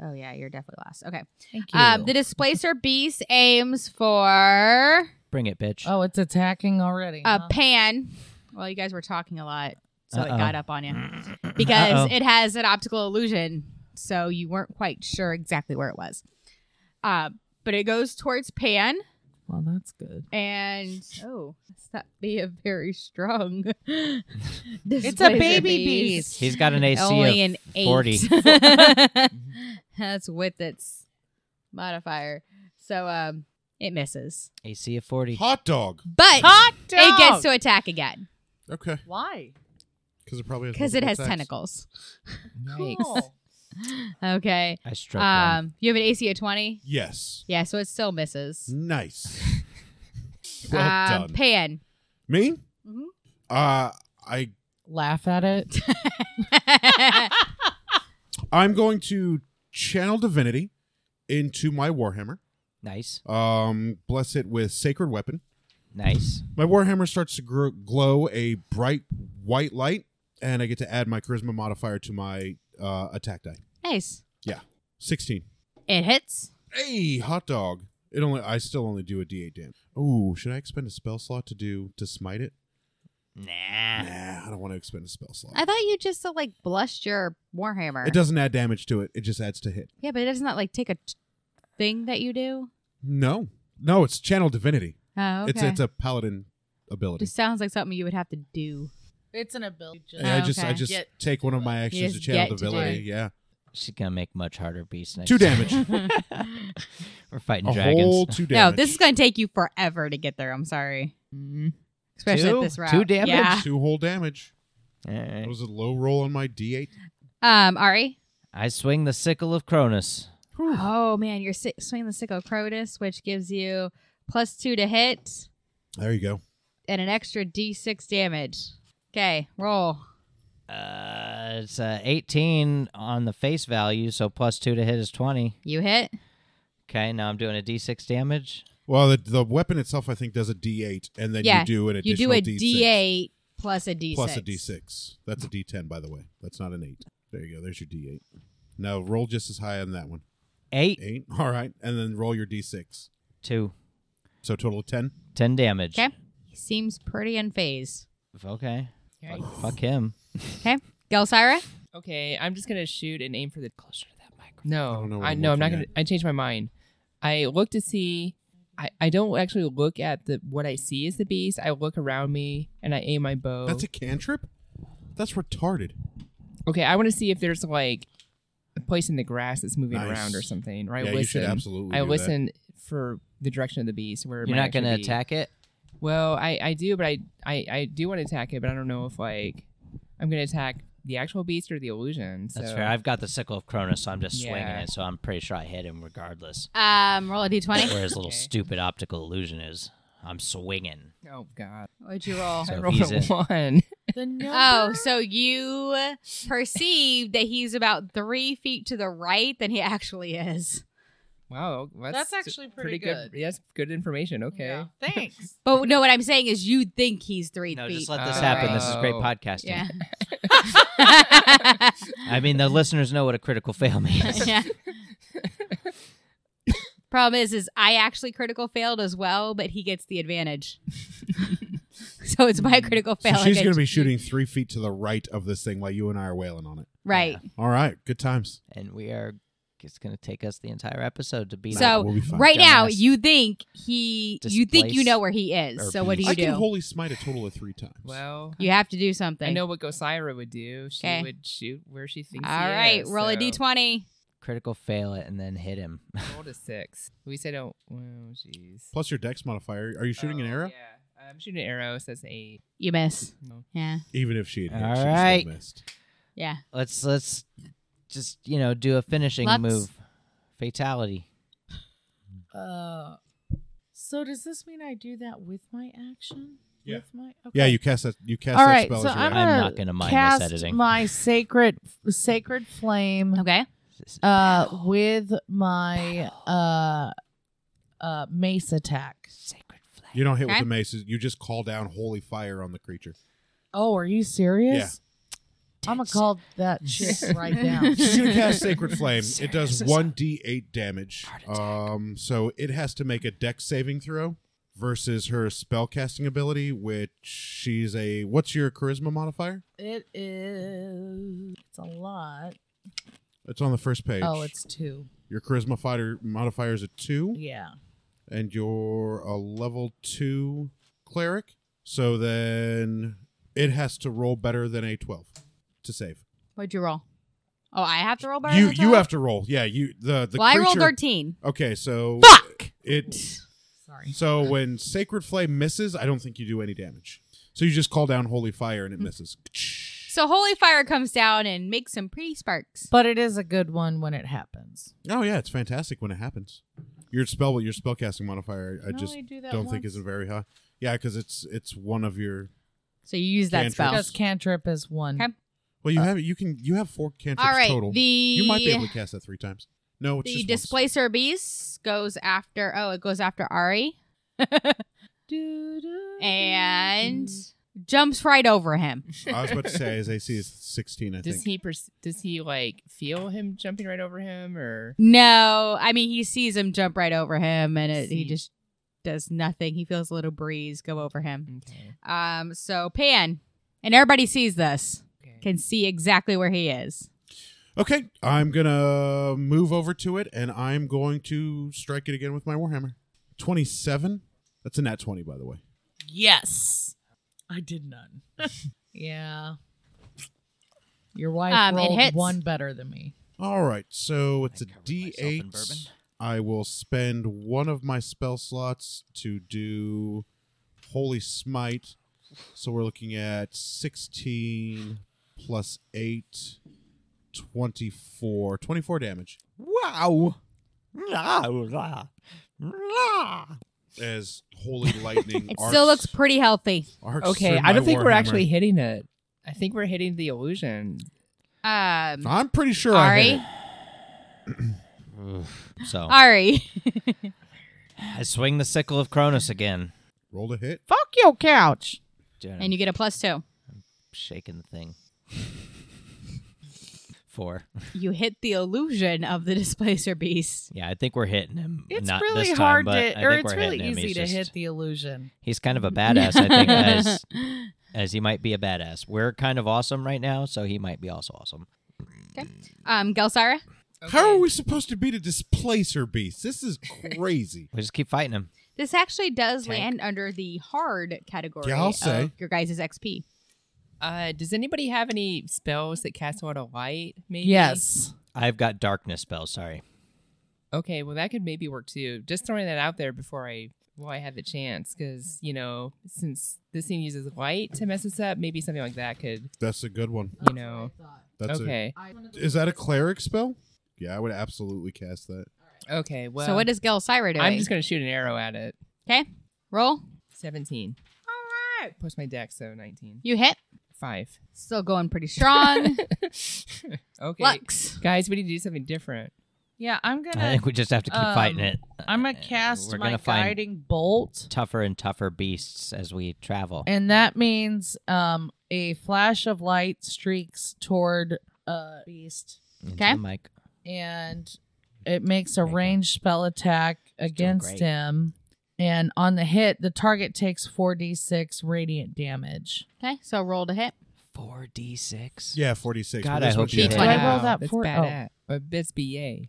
Speaker 6: Oh, yeah, you're definitely last. Okay.
Speaker 5: Thank you.
Speaker 6: Um, the Displacer Beast aims for
Speaker 4: Bring it, bitch.
Speaker 5: oh, it's attacking already.
Speaker 6: a
Speaker 5: huh?
Speaker 6: pan. Well, you guys were talking a lot, so it
Speaker 4: Uh-oh.
Speaker 6: got up on you because
Speaker 4: Uh-oh.
Speaker 6: it has an optical illusion so you weren't quite sure exactly where it was. Uh, but it goes towards Pan,
Speaker 5: Well, that's good.
Speaker 6: and oh, that's not be a very strong.
Speaker 5: It's a baby beast.
Speaker 4: He's got an AC
Speaker 6: Only
Speaker 4: of
Speaker 6: an eight.
Speaker 4: 40.
Speaker 6: that's with its modifier, so um, it misses,
Speaker 4: AC of 40.
Speaker 3: Hot dog.
Speaker 6: but
Speaker 5: Hot dog.
Speaker 6: it gets to attack again
Speaker 3: Okay.
Speaker 5: Why?
Speaker 3: Because it probably has
Speaker 6: because it
Speaker 3: multiple
Speaker 6: has
Speaker 3: attacks.
Speaker 6: tentacles.
Speaker 7: Yikes.
Speaker 6: Okay.
Speaker 4: I struck one.
Speaker 6: Um, you have an AC of twenty.
Speaker 3: Yes.
Speaker 6: Yeah, so it still misses.
Speaker 3: Nice. well
Speaker 6: um,
Speaker 3: done.
Speaker 6: Pan.
Speaker 3: Me?
Speaker 6: Mhm.
Speaker 3: Uh, I
Speaker 5: Laugh at it.
Speaker 3: I'm going to channel divinity into my warhammer.
Speaker 4: Nice.
Speaker 3: Um, bless it with sacred weapon.
Speaker 4: Nice.
Speaker 3: My warhammer starts to grow, glow a bright white light, and I get to add my charisma modifier to my uh, attack die.
Speaker 6: nice.
Speaker 3: Sixteen.
Speaker 6: It hits.
Speaker 3: Hey, hot dog. It only I still only do a D8 damage. Ooh, should I expend a spell slot to do to smite it? Nah,
Speaker 4: Nah.
Speaker 3: I don't want to expend a spell slot.
Speaker 6: I thought you just uh, like blushed your warhammer.
Speaker 3: It doesn't add damage to it. It just adds to hit.
Speaker 6: Yeah, but it doesn't that, like take a t- thing that you do.
Speaker 3: No, no, it's channel divinity.
Speaker 6: Oh, okay.
Speaker 3: It's it's a paladin ability.
Speaker 6: just sounds like something you would have to do.
Speaker 5: it's an ability.
Speaker 3: And I just I
Speaker 6: okay.
Speaker 3: just
Speaker 5: Get-
Speaker 3: take one of my actions to
Speaker 6: just
Speaker 3: channel
Speaker 6: get to do
Speaker 3: divinity.
Speaker 6: it.
Speaker 3: yeah,
Speaker 4: She's going to make much harder beasts next
Speaker 3: two
Speaker 4: time.
Speaker 3: damage.
Speaker 4: We're fighting
Speaker 3: a
Speaker 4: dragons.
Speaker 3: whole two
Speaker 6: No,
Speaker 3: damage.
Speaker 6: this is going to take you forever to get there. I'm sorry,
Speaker 7: Mm.
Speaker 6: especially
Speaker 4: Mm-hmm. Two?
Speaker 6: at this route.
Speaker 4: Two damage?
Speaker 6: Yeah.
Speaker 3: two whole damage.
Speaker 4: All right.
Speaker 3: That was a low roll on my D8.
Speaker 6: Um, Ari.
Speaker 4: I swing the sickle of Cronus.
Speaker 6: Oh man, you're si- swinging the sickle crotus, which gives you plus two to hit.
Speaker 3: There you go.
Speaker 6: and an extra d6 damage. Okay, roll.
Speaker 4: Uh, it's uh, 18 on the face value, so plus two to hit is 20.
Speaker 6: You hit.
Speaker 4: Okay, now I'm doing a d6 damage.
Speaker 3: Well, the, the weapon itself, I think, does a D8, and then
Speaker 6: Yeah,
Speaker 3: you do an
Speaker 6: You
Speaker 3: additional
Speaker 6: do a
Speaker 3: D6.
Speaker 6: d8 plus a d6.
Speaker 3: plus a d6. That's a d10, by the way. That's not an eight. There you go. There's your d8. Now roll just as high on that one.
Speaker 4: Eight,
Speaker 3: Eight. All right, and then roll your d6.
Speaker 4: two,
Speaker 3: So total of ten.
Speaker 4: 10 damage.
Speaker 6: Okay. He seems pretty unfazed.
Speaker 4: Okay.
Speaker 7: Okay.
Speaker 4: Fuck him.
Speaker 6: Gelsira?
Speaker 7: okay, I'm just gonna shoot and aim for the closer to that microphone.
Speaker 3: I
Speaker 7: No,
Speaker 3: don't know what
Speaker 7: I
Speaker 3: I'm
Speaker 7: no, I'm not
Speaker 3: looking
Speaker 7: gonna. I changed my mind. I look to see. I, I don't actually look at the what I see as the beast. I look around me and I aim my bow.
Speaker 3: That's a cantrip. That's retarded.
Speaker 7: okay, I want to see if there's like a place in the grass that's moving
Speaker 3: Nice.
Speaker 7: around or something. Right?
Speaker 3: yeah,
Speaker 7: listen.
Speaker 3: you should absolutely.
Speaker 7: I
Speaker 3: do that.
Speaker 7: listen for the direction of the beast. Where it
Speaker 4: You're
Speaker 7: might
Speaker 4: not going to
Speaker 7: actually be.
Speaker 4: attack it?
Speaker 7: Well, I, I do, but I, I, I do want to attack it, but I don't know if like I'm gonna attack the actual beast or the illusion.
Speaker 4: That's
Speaker 7: so-
Speaker 4: fair. I've got the sickle of Cronus, so I'm just swinging
Speaker 7: Yeah.
Speaker 4: it, so I'm pretty sure I hit him regardless.
Speaker 6: Um, roll a d20.
Speaker 4: Where his little
Speaker 7: Okay.
Speaker 4: stupid optical illusion is. I'm swinging.
Speaker 7: Oh God.
Speaker 6: What'd you roll?
Speaker 4: So
Speaker 7: I
Speaker 4: if
Speaker 7: rolled
Speaker 4: he's
Speaker 7: a one.
Speaker 5: The number.
Speaker 6: Oh, so you perceive that he's about three feet to the right than he actually is.
Speaker 7: Wow, that's,
Speaker 5: That's actually pretty good.
Speaker 7: Yes, good information. Okay.
Speaker 5: Yeah. Thanks.
Speaker 6: But no, what I'm saying is you think he's three
Speaker 4: No,
Speaker 6: feet.
Speaker 4: just let
Speaker 7: Oh.
Speaker 4: this
Speaker 6: to the
Speaker 4: happen. This is great
Speaker 7: Oh.
Speaker 4: podcasting.
Speaker 6: right.
Speaker 4: I mean, the listeners know what a critical fail means.
Speaker 6: yeah. Problem is, is I actually critical failed as well, but he gets the advantage. so it's
Speaker 7: Mm.
Speaker 6: my critical
Speaker 3: So
Speaker 6: fail.
Speaker 3: she's going to
Speaker 6: advantage.
Speaker 3: be shooting three feet to the right of this thing while you and I are wailing on it.
Speaker 6: right.
Speaker 3: All right, good times.
Speaker 4: and we are. It's going to take us the entire episode to beat
Speaker 6: So
Speaker 3: we'll be fine.
Speaker 6: right now,
Speaker 4: Dumbass.
Speaker 6: you think he, you think you
Speaker 4: Displace
Speaker 6: know where he is.
Speaker 4: or
Speaker 6: So what do
Speaker 4: beast.
Speaker 6: you
Speaker 3: I can
Speaker 6: do?
Speaker 3: holy smite a total of three times.
Speaker 7: Well,
Speaker 6: you have to do something.
Speaker 7: I know what Gosira would do. She
Speaker 6: Okay.
Speaker 7: would shoot where she thinks.
Speaker 6: All
Speaker 7: he
Speaker 6: right,
Speaker 7: is,
Speaker 6: roll a
Speaker 7: so-
Speaker 6: d20.
Speaker 4: critical fail it and then hit him.
Speaker 7: Rolled a six. We said, "Oh, well, jeez."
Speaker 3: Plus your dex modifier. Are you shooting
Speaker 7: Oh,
Speaker 3: an arrow?
Speaker 7: Yeah, I'm shooting an arrow. It says eight.
Speaker 6: You miss.
Speaker 7: No.
Speaker 6: Yeah.
Speaker 3: Even if she had hit,
Speaker 4: All
Speaker 3: she
Speaker 4: right.
Speaker 3: still missed.
Speaker 6: Yeah.
Speaker 4: let's let's just you know do a finishing
Speaker 6: Let's-
Speaker 4: move, fatality.
Speaker 5: Uh, so does this mean I do that with my action?
Speaker 3: Yeah.
Speaker 5: With my okay.
Speaker 3: Yeah, you cast that. You cast
Speaker 5: All
Speaker 3: that
Speaker 5: right,
Speaker 3: spell.
Speaker 5: so
Speaker 3: as your
Speaker 5: I'm,
Speaker 3: action.
Speaker 4: I'm
Speaker 5: gonna
Speaker 4: not gonna mind this
Speaker 5: cast
Speaker 4: editing.
Speaker 5: my sacred sacred flame
Speaker 6: Okay.
Speaker 5: uh with my uh uh mace attack.
Speaker 4: Sacred flame.
Speaker 3: You don't hit
Speaker 6: Okay.
Speaker 3: with the maces. You just call down holy fire on the creature.
Speaker 5: Oh, are you serious? I'm gonna call that shit right now.
Speaker 3: She's gonna cast Sacred Flame. It does
Speaker 4: Serious.
Speaker 3: one d8 damage.
Speaker 4: Heart attack.
Speaker 3: Um, so it has to make a Dex saving throw versus her spell casting ability, which she's a. What's your charisma modifier?
Speaker 5: It is. It's a lot.
Speaker 3: It's on the first page.
Speaker 5: Oh, it's two.
Speaker 3: your charisma fighter modifier is a two.
Speaker 5: Yeah.
Speaker 3: and you're a level two cleric, so then it has to roll better than a twelve to save.
Speaker 6: What'd you roll? Oh, I have to roll better.
Speaker 3: you
Speaker 6: than
Speaker 3: you
Speaker 6: 12?
Speaker 3: have to roll. Yeah, you the the
Speaker 6: Well, I rolled
Speaker 3: creature.
Speaker 6: thirteen.
Speaker 3: okay, so
Speaker 6: Fuck.
Speaker 3: it.
Speaker 5: Sorry.
Speaker 3: So when sacred flame misses, I don't think you do any damage. So you just call down holy fire
Speaker 5: Hmm.
Speaker 3: and it misses.
Speaker 6: So holy fire comes down and makes some pretty sparks.
Speaker 5: But it is a good one when it happens.
Speaker 3: Oh yeah, it's fantastic when it happens. Your spell, your spellcasting modifier, I
Speaker 5: No,
Speaker 3: just
Speaker 5: I do that
Speaker 3: not think
Speaker 5: once.
Speaker 3: isn't very high. Yeah, because it's it's one of your.
Speaker 6: So you use that
Speaker 3: Cantrip.
Speaker 6: spell.
Speaker 5: Because cantrip is one.
Speaker 6: Okay.
Speaker 3: Well, you
Speaker 5: Uh,
Speaker 3: have you can you have four cantrips
Speaker 6: All right.
Speaker 3: total.
Speaker 6: The
Speaker 3: You might be able to cast that three times. No, it's
Speaker 6: the
Speaker 3: just once.
Speaker 6: displacer beast goes after. Oh, it goes after Ari and jumps right over him.
Speaker 3: I was about to say his AC is sixteen. I
Speaker 7: Does
Speaker 3: think.
Speaker 7: he pers- does he like feel him jumping right over him or
Speaker 6: No, I mean he sees him jump right over him, and it, he
Speaker 7: See.
Speaker 6: just does nothing. He feels a little breeze go over him.
Speaker 7: okay.
Speaker 6: Um, so Pan and everybody sees this, can see exactly where he is.
Speaker 3: Okay, I'm gonna move over to it, and I'm going to strike it again with my warhammer. Twenty-seven. That's a nat twenty, by the way.
Speaker 5: Yes. I did none. yeah. Your wife
Speaker 6: Um, it
Speaker 5: rolled
Speaker 6: hits.
Speaker 5: one better than me.
Speaker 3: All right, so it's a
Speaker 4: I covered myself in bourbon.
Speaker 3: D8. I will spend one of my spell slots to do Holy Smite. So we're looking at 16 plus 8, 24. 24 damage
Speaker 4: Wow. Nah, nah.
Speaker 3: as Holy Lightning.
Speaker 6: It
Speaker 3: arcs-
Speaker 6: still looks pretty healthy.
Speaker 3: arcs
Speaker 7: Okay,
Speaker 3: through
Speaker 7: I don't
Speaker 3: my
Speaker 7: think we're
Speaker 3: warhammer.
Speaker 7: actually hitting it. I think we're hitting the illusion.
Speaker 6: Um,
Speaker 3: I'm pretty sure I hit
Speaker 6: Ari,
Speaker 3: it.
Speaker 4: So
Speaker 6: Ari,
Speaker 4: I swing the sickle of Cronus again.
Speaker 3: Rolled a hit.
Speaker 5: Fuck your couch.
Speaker 4: Dude, I'm
Speaker 6: and you get a plus two.
Speaker 4: shaking the thing. Four.
Speaker 6: You hit the illusion of the displacer beast.
Speaker 4: Yeah, I think we're hitting him.
Speaker 5: It's
Speaker 4: Not
Speaker 5: really
Speaker 4: this
Speaker 5: hard
Speaker 4: time, but I
Speaker 5: to, or
Speaker 4: think
Speaker 5: it's
Speaker 4: we're
Speaker 5: really
Speaker 4: hitting him.
Speaker 5: easy
Speaker 4: He's
Speaker 5: to
Speaker 4: just-
Speaker 5: hit the illusion.
Speaker 4: He's kind of a badass, I think, as as he might be a badass. We're kind of awesome right now, so he might be also awesome.
Speaker 6: Um, Gelsira,
Speaker 3: How are we supposed to beat a displacer beast? This is crazy.
Speaker 4: We just keep fighting him.
Speaker 6: this actually does
Speaker 4: Tank.
Speaker 6: land under the hard category
Speaker 3: Yeah, I'll
Speaker 6: of
Speaker 3: say.
Speaker 6: your guys' XP.
Speaker 7: Uh, does anybody have any spells that cast out a light? Maybe.
Speaker 5: Yes.
Speaker 4: I've got darkness spells. Sorry.
Speaker 7: Okay, well that could maybe work too. Just throwing that out there before I well I had the chance because you know since this thing uses light to mess us up, maybe something like that could
Speaker 3: That's a good one.
Speaker 7: you know.
Speaker 3: That's okay.
Speaker 7: okay.
Speaker 3: A, is that a cleric spell? Yeah, I would absolutely cast that.
Speaker 7: Okay. Well.
Speaker 6: so what is Gelsira doing?
Speaker 7: I'm just gonna shoot an arrow at it.
Speaker 6: okay, roll.
Speaker 7: Seventeen
Speaker 6: All right.
Speaker 7: plus my deck, so nineteen.
Speaker 6: You hit.
Speaker 7: Five.
Speaker 6: Still going pretty strong.
Speaker 7: okay.
Speaker 6: Lux.
Speaker 7: Guys, we need to do something different.
Speaker 5: Yeah, I'm gonna.
Speaker 4: I think we just have to keep fighting
Speaker 5: um,
Speaker 4: it.
Speaker 5: I'm gonna
Speaker 4: Uh,
Speaker 5: cast
Speaker 4: We're
Speaker 5: my
Speaker 4: gonna find
Speaker 5: guiding bolt,
Speaker 4: tougher and tougher beasts as we travel.
Speaker 5: and that means um a flash of light streaks toward uh beast,
Speaker 4: Into
Speaker 6: Okay.
Speaker 4: the mic.
Speaker 5: and it makes a
Speaker 4: Okay.
Speaker 5: ranged spell attack against
Speaker 4: great.
Speaker 5: him. And on the hit, the target takes 4d6 radiant damage.
Speaker 6: Okay, so roll to hit.
Speaker 4: Four d six.
Speaker 3: Yeah, 46.
Speaker 4: God,
Speaker 3: but that's
Speaker 4: I hope
Speaker 3: what
Speaker 4: you
Speaker 3: hit.
Speaker 5: hit.
Speaker 6: Do I
Speaker 5: roll that
Speaker 7: that's
Speaker 5: for- oh.
Speaker 7: badass. Uh, That's BA.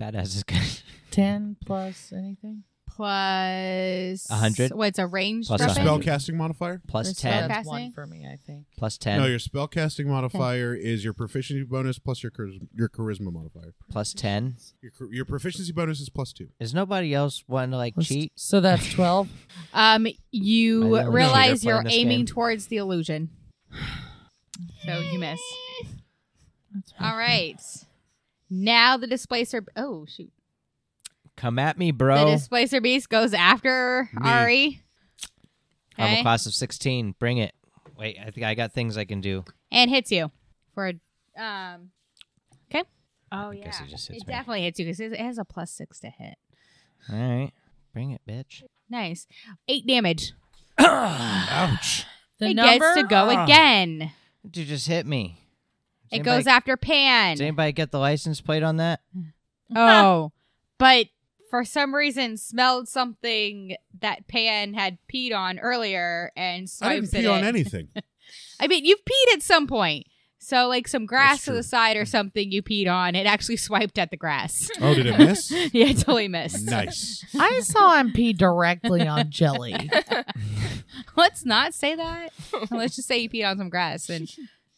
Speaker 4: Badass is good.
Speaker 6: Oh,
Speaker 5: 10 plus anything?
Speaker 6: Plus
Speaker 4: A hundred?
Speaker 6: What's a ranged
Speaker 4: Plus a
Speaker 3: Your
Speaker 6: weapon?
Speaker 4: hundred.
Speaker 3: spell casting modifier?
Speaker 4: Plus
Speaker 6: There's
Speaker 4: ten.
Speaker 6: spellcasting?
Speaker 5: That's one for me, I think.
Speaker 4: Plus ten.
Speaker 3: No, your spellcasting modifier is your proficiency bonus plus your chari- your charisma modifier.
Speaker 4: plus ten.
Speaker 3: Your, char- your proficiency bonus is plus two.
Speaker 4: Is nobody else wanting to like
Speaker 5: Plus-
Speaker 4: cheat?
Speaker 5: So that's 12.
Speaker 6: Um,
Speaker 4: I
Speaker 6: you
Speaker 4: really
Speaker 6: realize
Speaker 4: should have
Speaker 6: you're
Speaker 4: planned this
Speaker 6: aiming
Speaker 4: game.
Speaker 6: towards the illusion. So you miss. All right. Now the displacer. Oh shoot!
Speaker 4: Come at me,
Speaker 6: The
Speaker 4: bro.
Speaker 6: displacer beast goes after
Speaker 3: Me.
Speaker 6: Ari,
Speaker 4: I'm
Speaker 6: Okay.
Speaker 4: a class of sixteen. Bring it. Wait, I think I got things I can do.
Speaker 6: and hits you for a. Um. Okay. Oh yeah,
Speaker 4: guess it just hits
Speaker 6: it
Speaker 4: me.
Speaker 6: definitely hits you because it has a plus six to hit.
Speaker 4: All right. Bring it, bitch.
Speaker 6: Nice, eight damage.
Speaker 3: Ouch.
Speaker 5: The
Speaker 6: it
Speaker 5: number? Ah.
Speaker 6: gets to go again.
Speaker 4: You just hit me. Does
Speaker 6: It
Speaker 4: anybody-
Speaker 6: goes after Pan.
Speaker 4: Does anybody get the license plate on that?
Speaker 6: Oh, but for some reason smelled something that Pan had peed on earlier and
Speaker 3: I
Speaker 6: swipes
Speaker 3: didn't
Speaker 6: at
Speaker 3: pee on
Speaker 6: it.
Speaker 3: anything.
Speaker 6: I mean, you've peed at some point, So, like some grass
Speaker 3: That's
Speaker 6: to
Speaker 3: true. Mm.
Speaker 6: the side or something you peed on, it actually swiped at the grass.
Speaker 3: Oh, did it miss?
Speaker 6: yeah, it totally missed.
Speaker 3: nice.
Speaker 5: I saw him pee directly on jelly.
Speaker 6: Let's not say that. Let's just say you peed on some grass, and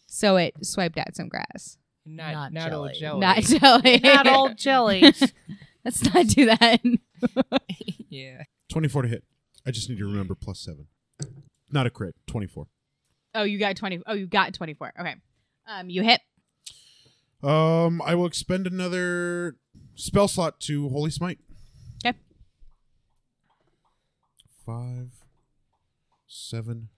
Speaker 6: so it swiped at some grass.
Speaker 7: Not
Speaker 5: Not
Speaker 7: not, old
Speaker 5: jelly.
Speaker 7: jelly.
Speaker 6: Not jelly.
Speaker 5: Not old jelly.
Speaker 6: Let's not do that.
Speaker 7: yeah.
Speaker 3: 24 to hit. I just need to remember plus seven. Not a crit. 24.
Speaker 6: Oh, you got twenty. Oh, you got twenty four. Okay. Um, you hit.
Speaker 3: Um, I will expend another spell slot to Holy Smite.
Speaker 6: Okay.
Speaker 3: Five, seven.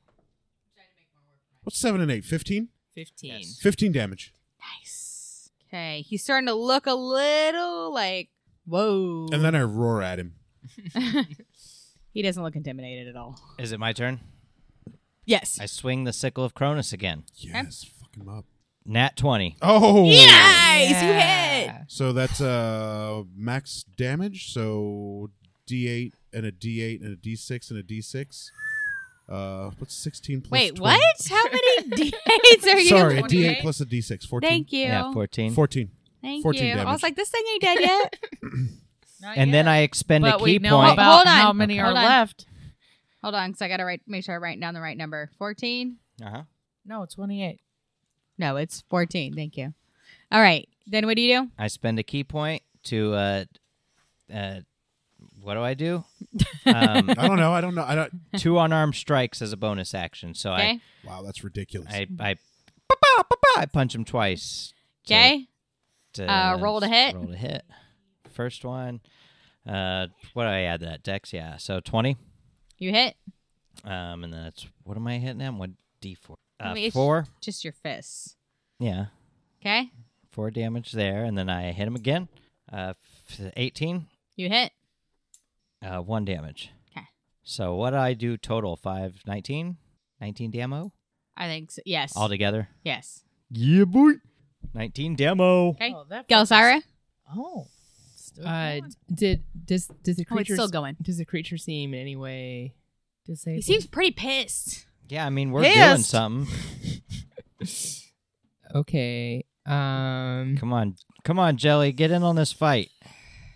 Speaker 3: What's seven and eight? Fifteen?
Speaker 7: 15.
Speaker 3: Fifteen damage.
Speaker 6: Nice. Okay, he's starting to look a little like whoa.
Speaker 3: And then I roar at him.
Speaker 6: he doesn't look intimidated at all.
Speaker 4: Is it my turn?
Speaker 6: Yes.
Speaker 4: I swing the sickle of Cronus again.
Speaker 3: Yes, fuck him up.
Speaker 4: Nat 20.
Speaker 3: Oh!
Speaker 6: Nice. You hit.
Speaker 7: Yeah.
Speaker 3: So that's uh max damage. So D8 and a D8 and a D6 and a D6. Uh, what's 16 plus
Speaker 6: Wait,
Speaker 3: 12?
Speaker 6: what? How many dates are you?
Speaker 3: Sorry, a
Speaker 7: 28?
Speaker 3: D8 plus a D6. 14.
Speaker 6: Thank you.
Speaker 4: Yeah, 14.
Speaker 3: 14.
Speaker 6: Thank
Speaker 3: 14
Speaker 6: you. I
Speaker 3: damage.
Speaker 6: was like, this thing ain't dead yet.
Speaker 4: and then I expend
Speaker 5: but
Speaker 4: a
Speaker 5: we
Speaker 4: key
Speaker 5: know
Speaker 4: point.
Speaker 5: about
Speaker 6: Hold on,
Speaker 5: how many
Speaker 6: hold
Speaker 5: are
Speaker 6: on.
Speaker 5: left.
Speaker 6: Hold on, because I gotta write. Make sure I write down the right number. Fourteen.
Speaker 4: uh-huh.
Speaker 5: No, twenty-eight.
Speaker 6: No, it's fourteen. Thank you. All right. Then what do you do?
Speaker 4: I spend a key point to, uh, uh, what do I do? um,
Speaker 3: I don't know. I don't know. I don't.
Speaker 4: two unarmed strikes as a bonus action. So
Speaker 6: Okay.
Speaker 3: Wow, that's ridiculous.
Speaker 4: I, I, I, ba-ba, ba-ba, I punch him twice. to-
Speaker 6: Okay.
Speaker 4: to,
Speaker 6: Uh, roll to hit.
Speaker 4: Roll to hit. First one. Uh, what do I add to that? Dex, yeah. So 20.
Speaker 6: You hit
Speaker 4: Um, and then it's, what am I hitting at? One D4.
Speaker 6: I
Speaker 4: Uh,
Speaker 6: mean, it's-
Speaker 4: four.
Speaker 6: just your fists.
Speaker 4: Yeah.
Speaker 6: Okay.
Speaker 4: Four damage there. And then I hit him again. Uh, f- 18.
Speaker 6: You hit.
Speaker 4: Uh, one damage.
Speaker 6: 'Kay.
Speaker 4: So what do I do total? Five, 19? 19 demo
Speaker 6: I think so. yes.
Speaker 4: altogether?
Speaker 6: yes.
Speaker 4: Yeah, boy. 19 demo.
Speaker 6: Okay.
Speaker 5: Oh, that
Speaker 6: Gelsira.
Speaker 5: Oh, still
Speaker 7: Uh,
Speaker 5: going.
Speaker 7: did does does the
Speaker 6: Oh, it's
Speaker 7: creature
Speaker 6: still going.
Speaker 7: does the creature seem in any way disabled?
Speaker 6: He seems pretty pissed.
Speaker 4: Yeah, I mean, we're doing
Speaker 5: Pissed.
Speaker 4: something.
Speaker 7: okay. Um.
Speaker 4: Come on. Come on, Jelly. Get in on this fight.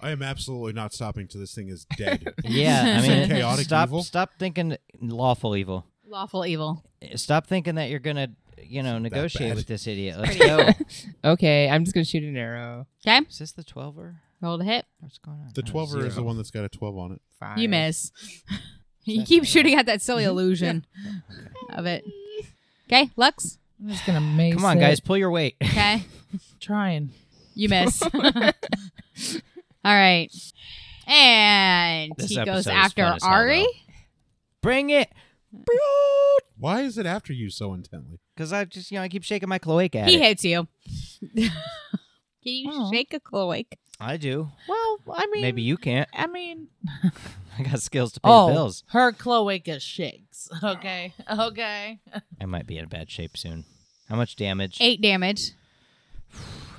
Speaker 3: I am absolutely not stopping till this thing is dead.
Speaker 4: Yeah, I
Speaker 3: Some
Speaker 4: mean, it-
Speaker 3: chaotic
Speaker 4: stop,
Speaker 3: evil?
Speaker 4: stop thinking lawful evil.
Speaker 6: Lawful evil.
Speaker 4: Stop thinking that you're gonna, you know, negotiate
Speaker 3: bad.
Speaker 4: with this idiot. Let's go.
Speaker 7: Okay. I'm just gonna shoot an arrow.
Speaker 6: Okay.
Speaker 4: Is this the twelver?
Speaker 6: Roll to hit.
Speaker 4: What's going on?
Speaker 3: The
Speaker 4: Oh,
Speaker 3: 12er is the
Speaker 4: zero.
Speaker 3: one that's got a 12 on it.
Speaker 7: Five.
Speaker 6: You miss. you keep shooting at that
Speaker 4: Mm-hmm.
Speaker 6: silly illusion of it. Okay. Lux.
Speaker 5: I'm just gonna make.
Speaker 4: Come on, guys, pull your weight.
Speaker 6: Okay.
Speaker 5: Trying.
Speaker 6: You miss. All right. And
Speaker 4: This
Speaker 6: he
Speaker 4: episode
Speaker 6: goes
Speaker 4: is
Speaker 6: after
Speaker 4: fun as hell,
Speaker 6: Ari.
Speaker 4: though. Bring it,
Speaker 3: Why is it after you so intently?
Speaker 4: because I just, you know, I keep shaking my cloaca. At
Speaker 6: He
Speaker 4: it.
Speaker 6: hates you. Can you
Speaker 5: Oh.
Speaker 6: shake a cloak?
Speaker 4: I do.
Speaker 5: Well, I mean,
Speaker 4: Maybe you can't.
Speaker 5: I mean,
Speaker 4: I got skills to pay
Speaker 5: oh,
Speaker 4: bills.
Speaker 5: her cloaca shakes. Okay, okay.
Speaker 4: I might be in bad shape soon. How much damage?
Speaker 6: Eight damage.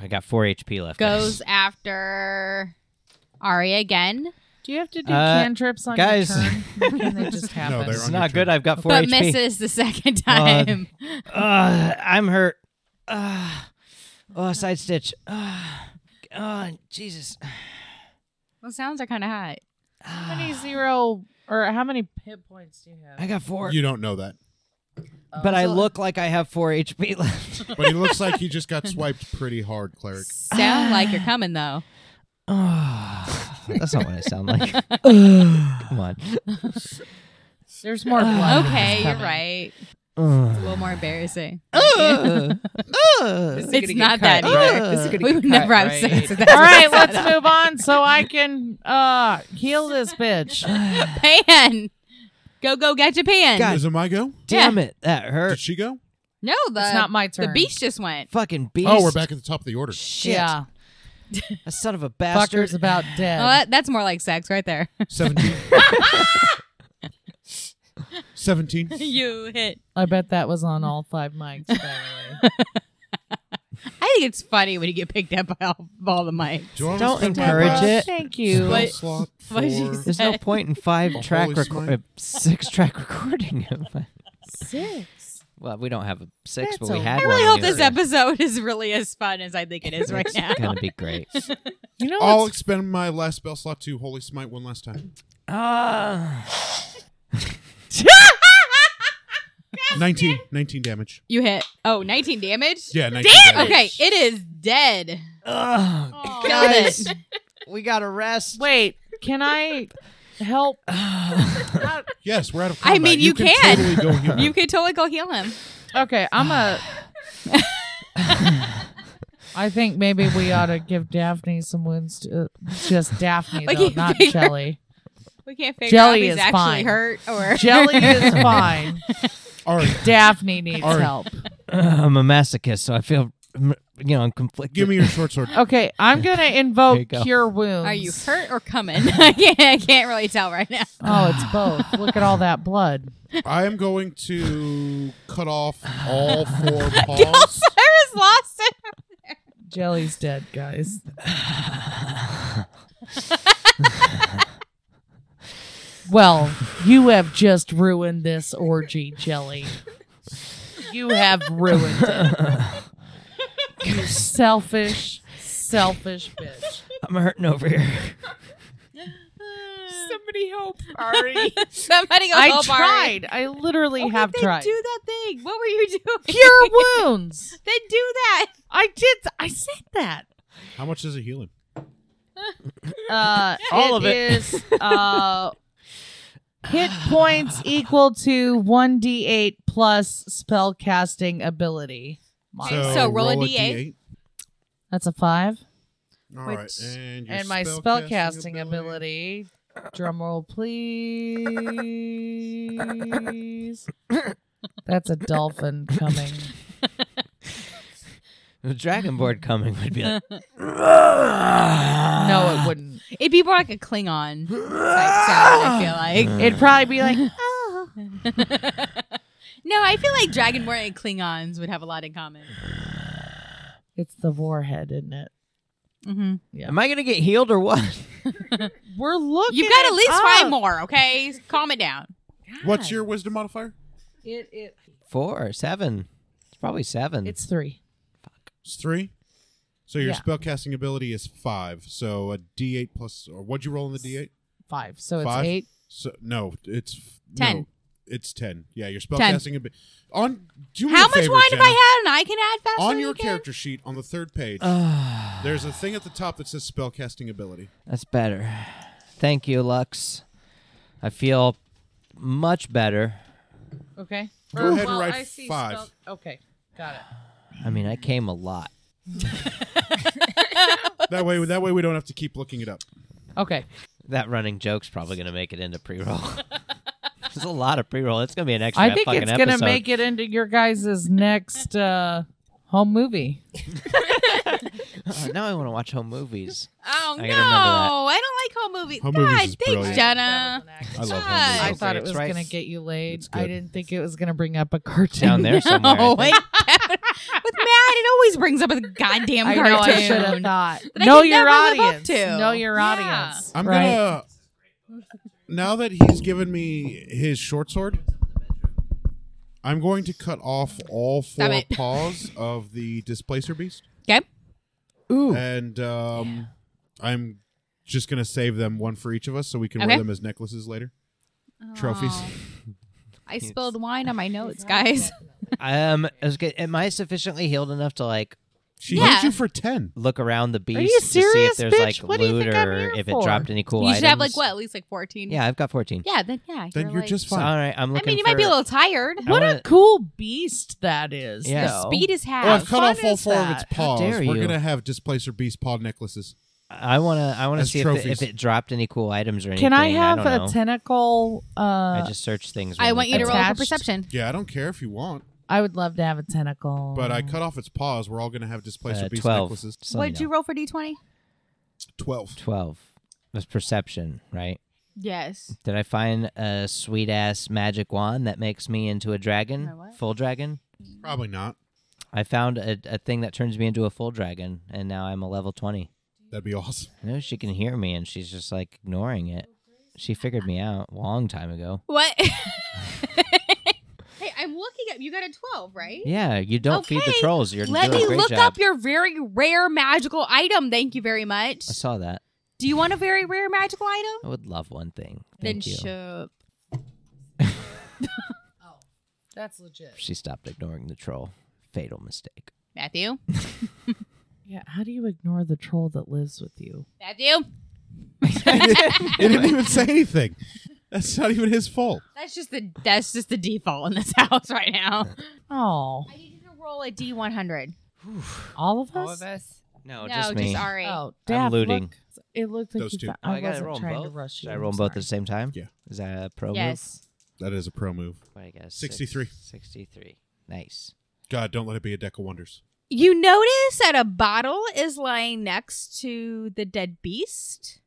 Speaker 4: I got four HP left.
Speaker 6: Goes
Speaker 4: guys.
Speaker 6: after Ari again,
Speaker 5: Do you have to do
Speaker 4: Uh,
Speaker 5: cantrips on
Speaker 4: guys.
Speaker 5: your turn? Can they just happen?
Speaker 3: they're
Speaker 4: This is
Speaker 3: on your
Speaker 4: not good.
Speaker 3: turn.
Speaker 4: I've got four
Speaker 6: but
Speaker 4: HP.
Speaker 6: misses the second time.
Speaker 4: Ugh, I'm hurt. Ugh. oh, side stitch. Ugh. oh, Jesus.
Speaker 6: Those sounds are kind of hot.
Speaker 5: how many zero or how many hit points do you have?
Speaker 4: I got four.
Speaker 3: You don't know that.
Speaker 4: but
Speaker 6: Oh.
Speaker 4: I look like I have four HP left.
Speaker 3: But he looks like he just got swiped pretty hard, Cleric.
Speaker 6: Sound like you're coming though.
Speaker 4: Oh, that's not what I sound like. Come on.
Speaker 5: There's more blood.
Speaker 6: Okay, you're right. It's a little more embarrassing.
Speaker 7: This is
Speaker 6: It's
Speaker 7: gonna get
Speaker 6: not
Speaker 7: cut,
Speaker 6: that
Speaker 7: right?
Speaker 4: either.
Speaker 7: This is gonna
Speaker 6: we
Speaker 7: get
Speaker 6: would
Speaker 7: cut,
Speaker 6: never have
Speaker 7: right?
Speaker 6: sex with
Speaker 5: All right,
Speaker 6: that.
Speaker 5: let's move on so I can uh heal this bitch.
Speaker 6: Pan, go go get your pan.
Speaker 4: God.
Speaker 3: Is it my go?
Speaker 4: Damn it. That
Speaker 3: Did
Speaker 4: hurt.
Speaker 3: she go?
Speaker 6: No, the
Speaker 5: It's not my
Speaker 6: the
Speaker 5: turn.
Speaker 6: beast just went.
Speaker 4: Fucking beast.
Speaker 3: Oh, we're back at the top of the order.
Speaker 4: Shit.
Speaker 5: Yeah,
Speaker 4: A son of a bastard.
Speaker 5: fucker's about dead.
Speaker 6: Oh, that, that's more like sex right there.
Speaker 3: 17. 17.
Speaker 6: you hit.
Speaker 5: I bet that was on all five mics. By the way,
Speaker 6: I think it's funny when you get picked up by all, by all the mics.
Speaker 3: Do you want
Speaker 4: Don't
Speaker 3: to spend my
Speaker 4: encourage
Speaker 3: last
Speaker 4: it.
Speaker 5: thank you.
Speaker 3: spell
Speaker 6: What-
Speaker 3: slot
Speaker 6: what did you
Speaker 3: for-
Speaker 6: say?
Speaker 4: There's no point in five track uh,
Speaker 3: Holy
Speaker 4: record,
Speaker 3: smite.
Speaker 4: six track recording.
Speaker 5: Six.
Speaker 4: Well, we don't have a six,
Speaker 5: That's
Speaker 4: but we
Speaker 5: a-
Speaker 4: had
Speaker 5: I
Speaker 6: I
Speaker 4: one.
Speaker 6: really
Speaker 4: when
Speaker 6: hope
Speaker 4: we
Speaker 6: this
Speaker 4: were-
Speaker 6: episode is really as fun as I think it is right
Speaker 4: It's
Speaker 6: now.
Speaker 4: gonna be great.
Speaker 7: You know
Speaker 3: I'll
Speaker 7: what's
Speaker 3: expend my last spell slot to Holy Smite one last time.
Speaker 4: Ah.
Speaker 3: 19, 19 damage.
Speaker 6: You hit oh 19 damage.
Speaker 3: Yeah, 19
Speaker 6: Damn.
Speaker 3: damage.
Speaker 6: Okay, it is dead.
Speaker 4: Ugh.
Speaker 6: Got
Speaker 4: ah, Guys,
Speaker 6: it.
Speaker 4: we gotta rest.
Speaker 5: Wait, can I help?
Speaker 3: Yes, we're out of
Speaker 6: I
Speaker 3: combat.
Speaker 6: mean, you
Speaker 3: can.
Speaker 6: can.
Speaker 3: Totally go heal.
Speaker 6: You could totally go heal him.
Speaker 5: Okay, I'm a. I think maybe we ought to give Daphne some wounds. To, uh, just Daphne,
Speaker 6: Like
Speaker 5: though,
Speaker 6: you
Speaker 5: not
Speaker 6: figure-
Speaker 5: Jelly.
Speaker 6: We can't figure out
Speaker 5: Jelly
Speaker 6: if he's
Speaker 5: is
Speaker 6: actually
Speaker 5: fine.
Speaker 6: hurt or
Speaker 5: Jelly is fine.
Speaker 3: All right,
Speaker 5: Daphne needs
Speaker 3: All right.
Speaker 5: help.
Speaker 4: Ugh, Uh, I'm a masochist, so I feel, mm, you know, I'm conflicted.
Speaker 3: give me your short sword.
Speaker 5: Okay, I'm gonna
Speaker 4: you
Speaker 5: invoke
Speaker 4: go.
Speaker 5: Cure Wounds.
Speaker 6: Are you hurt or coming? I can't, I can't really tell right now.
Speaker 5: Oh, it's both. Look at all that blood.
Speaker 3: I am going to cut off all four paws.
Speaker 6: Sarah's lost it.
Speaker 5: Jelly's dead, guys. well, you have just ruined this orgy, Jelly. You have ruined it. You selfish, selfish bitch.
Speaker 4: I'm hurting over here.
Speaker 7: somebody help Ari?
Speaker 6: Somebody go
Speaker 5: I
Speaker 6: help Ari.
Speaker 5: tried. I literally
Speaker 6: Oh,
Speaker 5: have
Speaker 6: then
Speaker 5: tried.
Speaker 6: Do that thing. What were you doing?
Speaker 5: Cure wounds.
Speaker 6: then do that.
Speaker 5: I did. I said that.
Speaker 3: How much does it heal him?
Speaker 5: Uh,
Speaker 4: All of it.
Speaker 5: is uh, hit points equal to one d eight plus spell casting ability.
Speaker 6: Okay,
Speaker 5: modifier.
Speaker 6: so roll a D8.
Speaker 5: That's a five.
Speaker 3: All
Speaker 6: Which-
Speaker 3: right, and, your
Speaker 5: and my spell casting ability. Drum roll, please. That's a dolphin coming.
Speaker 4: The dragon board coming would be like.
Speaker 5: No,
Speaker 4: no,
Speaker 5: it wouldn't.
Speaker 6: It'd be more like a Klingon type sound. I feel like.
Speaker 5: It'd probably be like,
Speaker 6: No, I feel like Dragonborn and Klingons would have a lot in common.
Speaker 5: it's the warhead, isn't it?
Speaker 6: Mm-hmm.
Speaker 4: Am I gonna get healed or what?
Speaker 5: We're looking.
Speaker 6: You've got at least five
Speaker 5: up.
Speaker 6: more. Okay, calm it down.
Speaker 3: What's your wisdom modifier?
Speaker 5: It, it,
Speaker 4: Four, seven. It's probably seven.
Speaker 5: it's three.
Speaker 3: It's three. So your
Speaker 5: Yeah.
Speaker 3: spell casting ability is five. So a D8 plus, or what'd you roll in the D8?
Speaker 5: Five. So it's
Speaker 3: Five?
Speaker 5: eight.
Speaker 3: So no, it's f-
Speaker 6: Ten.
Speaker 3: no, it's ten. Yeah, your spell
Speaker 6: Ten.
Speaker 3: casting ability. On do me
Speaker 6: How
Speaker 3: a
Speaker 6: much
Speaker 3: favor,
Speaker 6: wine have
Speaker 3: Jenna.
Speaker 6: I had? And I can add faster.
Speaker 3: On
Speaker 6: than
Speaker 3: your
Speaker 6: you can?
Speaker 3: character sheet on the third page,
Speaker 4: Ah,
Speaker 3: there's a thing at the top that says spell casting ability.
Speaker 4: that's better. Thank you, Lux. I feel much better.
Speaker 5: Okay.
Speaker 6: Oh,
Speaker 3: Go ahead and write five.
Speaker 5: okay. Got it.
Speaker 4: I mean, I came a lot.
Speaker 3: That way, that way we don't have to keep looking it up.
Speaker 5: Okay.
Speaker 4: That running joke's probably gonna make it into pre-roll. There's a lot of pre-roll. It's gonna be an extra.
Speaker 5: I think
Speaker 4: fucking
Speaker 5: it's
Speaker 4: episode.
Speaker 5: gonna make it into your guys' next uh, home movie.
Speaker 4: Oh, now I want to watch home movies.
Speaker 6: Oh
Speaker 4: I gotta
Speaker 6: no,
Speaker 4: remember that.
Speaker 6: I don't like home movies.
Speaker 3: Home
Speaker 6: God,
Speaker 3: movies is
Speaker 6: thanks,
Speaker 3: brilliant.
Speaker 6: Jenna.
Speaker 3: I love
Speaker 6: God.
Speaker 3: home
Speaker 5: Ah, I
Speaker 3: movies.
Speaker 5: thought it
Speaker 4: It's
Speaker 5: was
Speaker 4: rice.
Speaker 5: gonna get you laid.
Speaker 3: It's
Speaker 5: I
Speaker 3: good.
Speaker 5: didn't think it was gonna bring up a cartoon.
Speaker 4: Down there somewhere. I
Speaker 6: Oh,
Speaker 4: think.
Speaker 6: wait. With Matt, it always brings up a goddamn
Speaker 5: I
Speaker 6: cartoon.
Speaker 5: know I should have not.
Speaker 6: That I
Speaker 5: Know
Speaker 6: could
Speaker 5: your
Speaker 6: never live up
Speaker 5: audience.
Speaker 6: to.
Speaker 5: Know your
Speaker 6: Yeah.
Speaker 5: audience.
Speaker 3: I'm
Speaker 5: right?
Speaker 3: gonna. Now that he's given me his short sword, I'm going to cut off all
Speaker 6: Stop
Speaker 3: four
Speaker 6: it.
Speaker 3: paws of the displacer beast,
Speaker 6: Okay.
Speaker 4: Ooh.
Speaker 3: and um, I'm just gonna save them one for each of us, so we can
Speaker 6: Okay.
Speaker 3: wear them as necklaces later. Trophies.
Speaker 6: I spilled wine on my notes, guys.
Speaker 4: Um, I was good. Am I sufficiently healed enough to like
Speaker 3: She
Speaker 6: Yeah.
Speaker 3: hit you for ten.
Speaker 4: look around the beast
Speaker 5: you
Speaker 4: to
Speaker 5: serious,
Speaker 4: see if there's
Speaker 5: bitch?
Speaker 4: like
Speaker 5: What do you
Speaker 4: loot
Speaker 5: think I'm
Speaker 4: or
Speaker 5: here
Speaker 4: if
Speaker 5: for?
Speaker 4: it dropped any cool
Speaker 6: you should have like
Speaker 4: items?
Speaker 6: what, at least like fourteen.
Speaker 4: Yeah, I've got 14.
Speaker 6: Yeah. Then yeah.
Speaker 3: Then you're
Speaker 6: like-
Speaker 3: just
Speaker 4: So,
Speaker 3: fine.
Speaker 4: all right, I'm
Speaker 6: I
Speaker 4: looking.
Speaker 6: mean, you might be a
Speaker 4: for-
Speaker 6: little tired.
Speaker 4: I
Speaker 5: What
Speaker 4: wanna-
Speaker 5: a cool beast that is.
Speaker 4: Yeah.
Speaker 5: though.
Speaker 6: Speed is half.
Speaker 3: Well, I've cut
Speaker 5: fun
Speaker 3: off all
Speaker 5: is
Speaker 3: four of
Speaker 5: that?
Speaker 3: its
Speaker 4: How
Speaker 3: paws.
Speaker 4: dare
Speaker 3: We're
Speaker 4: you.
Speaker 3: gonna have displacer beast paw necklaces.
Speaker 4: I want to. I want to
Speaker 3: As
Speaker 4: see if it,
Speaker 3: trophies.
Speaker 4: if it dropped any cool items or anything.
Speaker 5: Can I have
Speaker 4: don't
Speaker 5: a
Speaker 4: know.
Speaker 5: tentacle? Uh,
Speaker 4: I
Speaker 5: I,
Speaker 4: just search things.
Speaker 6: I
Speaker 4: really
Speaker 6: want you to roll for
Speaker 5: Attached.
Speaker 6: perception.
Speaker 3: Yeah, I don't care if you want,
Speaker 5: would love to have a tentacle.
Speaker 3: but I cut off its paws. We're all gonna have
Speaker 4: fast.
Speaker 3: displacer
Speaker 4: Uh,
Speaker 3: beast
Speaker 4: Twelve.
Speaker 3: necklaces.
Speaker 4: Just let me
Speaker 6: What'd you
Speaker 4: know.
Speaker 6: roll for D twenty?
Speaker 3: Twelve.
Speaker 4: Twelve. Was perception right?
Speaker 6: Yes.
Speaker 4: Did I find a sweet ass magic wand that makes me into a dragon,
Speaker 6: A what?
Speaker 4: full dragon?
Speaker 3: Probably not.
Speaker 4: I found a, a thing that turns me into a full dragon, and now I'm a level twenty.
Speaker 3: That'd be awesome.
Speaker 4: I know she can hear me, and she's just like ignoring it. She figured me out a long time ago.
Speaker 6: What? hey, I'm looking at you. Got a twelve, right?
Speaker 4: Yeah, you don't feed the
Speaker 6: Okay,
Speaker 4: trolls. You're
Speaker 6: Let
Speaker 4: doing
Speaker 6: me
Speaker 4: a great
Speaker 6: look
Speaker 4: job.
Speaker 6: up your very rare magical item. Thank you very much.
Speaker 4: I saw that.
Speaker 6: Do you want a very rare magical item?
Speaker 4: I would love one thing.
Speaker 6: then
Speaker 4: Thank you.
Speaker 6: sure.
Speaker 5: That's legit.
Speaker 4: She stopped ignoring the troll. Fatal mistake.
Speaker 6: Matthew.
Speaker 5: Yeah. How do you ignore the troll that lives with you?
Speaker 6: Matthew.
Speaker 3: He didn't even say anything. That's not even his fault.
Speaker 6: That's just the that's just the default in this house right now.
Speaker 5: Oh,
Speaker 6: I need you to roll a D one hundred.
Speaker 5: all of us.
Speaker 7: All of us.
Speaker 4: No,
Speaker 6: no,
Speaker 4: just me.
Speaker 6: Ari.
Speaker 5: Oh, Daph,
Speaker 4: looting.
Speaker 5: look. it looked like
Speaker 3: Those
Speaker 5: you
Speaker 3: two.
Speaker 5: Found,
Speaker 4: Oh,
Speaker 5: I,
Speaker 4: I gotta
Speaker 5: wasn't
Speaker 4: roll
Speaker 5: trying to
Speaker 4: both.
Speaker 5: rush you.
Speaker 4: Should I
Speaker 5: I'm
Speaker 4: roll 'em both at the
Speaker 5: sorry.
Speaker 4: same time?
Speaker 3: Yeah.
Speaker 4: Is that a pro
Speaker 6: yes.
Speaker 3: That is a pro move.
Speaker 4: move? I guess
Speaker 3: 63.
Speaker 4: Sixty-three. Nice.
Speaker 3: God, don't let it be a deck of wonders.
Speaker 6: You notice that a bottle is lying next to the dead beast.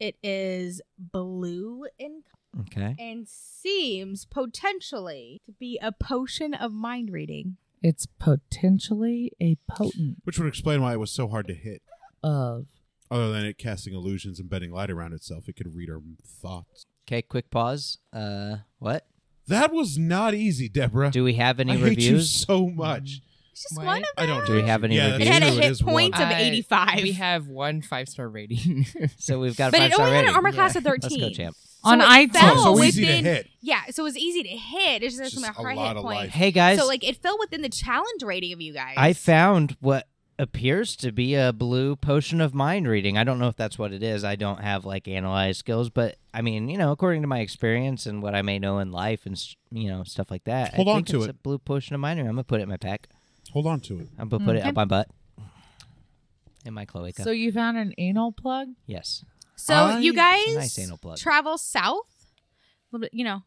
Speaker 6: It is blue in color
Speaker 4: Okay.
Speaker 6: and seems potentially to be a potion of mind reading.
Speaker 5: It's potentially a potent
Speaker 3: Which would explain why it was so hard to hit.
Speaker 5: of.
Speaker 3: Other than it casting illusions and bending light around itself, it could read our thoughts.
Speaker 4: Okay. Quick pause. Uh, what?
Speaker 3: That was not easy, Deborah.
Speaker 4: Do we have any
Speaker 3: I hate you
Speaker 4: reviews?
Speaker 3: so much.
Speaker 6: It's just
Speaker 7: What?
Speaker 6: one of
Speaker 3: I don't.
Speaker 4: Do we
Speaker 3: hate
Speaker 4: have
Speaker 3: you.
Speaker 4: any
Speaker 3: yeah, that's
Speaker 6: it had a
Speaker 3: true. It
Speaker 6: hit
Speaker 3: is one.
Speaker 6: point of
Speaker 7: I-
Speaker 6: 85.
Speaker 7: We have one five star rating.
Speaker 4: So we've got.
Speaker 6: but
Speaker 4: five
Speaker 6: it only
Speaker 4: star
Speaker 6: had an
Speaker 4: rating.
Speaker 6: armor class of 13.
Speaker 4: Let's go, champ.
Speaker 6: So
Speaker 5: On
Speaker 6: it
Speaker 5: iTunes.
Speaker 6: fell
Speaker 3: Oh, so easy to
Speaker 6: within-
Speaker 3: hit.
Speaker 6: Yeah, so it was easy to hit. It's just,
Speaker 3: Just
Speaker 6: a
Speaker 3: a
Speaker 6: hard
Speaker 3: lot
Speaker 6: hit
Speaker 3: of
Speaker 6: point.
Speaker 3: life.
Speaker 4: Hey guys.
Speaker 6: So like it fell within the challenge rating of you guys.
Speaker 4: I found what appears to be a blue potion of mind reading. I don't know if that's what it is. I don't have like analyze skills, but I mean, you know, according to my experience and what I may know in life and s- you know stuff like that,
Speaker 3: Hold
Speaker 4: I
Speaker 3: on
Speaker 4: think
Speaker 3: to
Speaker 4: it's
Speaker 3: it.
Speaker 4: A blue potion of mind reading. I'm gonna put it in my pack.
Speaker 3: Hold on to it.
Speaker 4: I'm gonna put it up
Speaker 5: Okay.
Speaker 4: my butt. In my cloaca.
Speaker 5: So you found an anal plug?
Speaker 4: yes.
Speaker 6: So
Speaker 3: I-
Speaker 6: you guys
Speaker 4: Nice anal plug.
Speaker 6: travel south, a little bit, you know,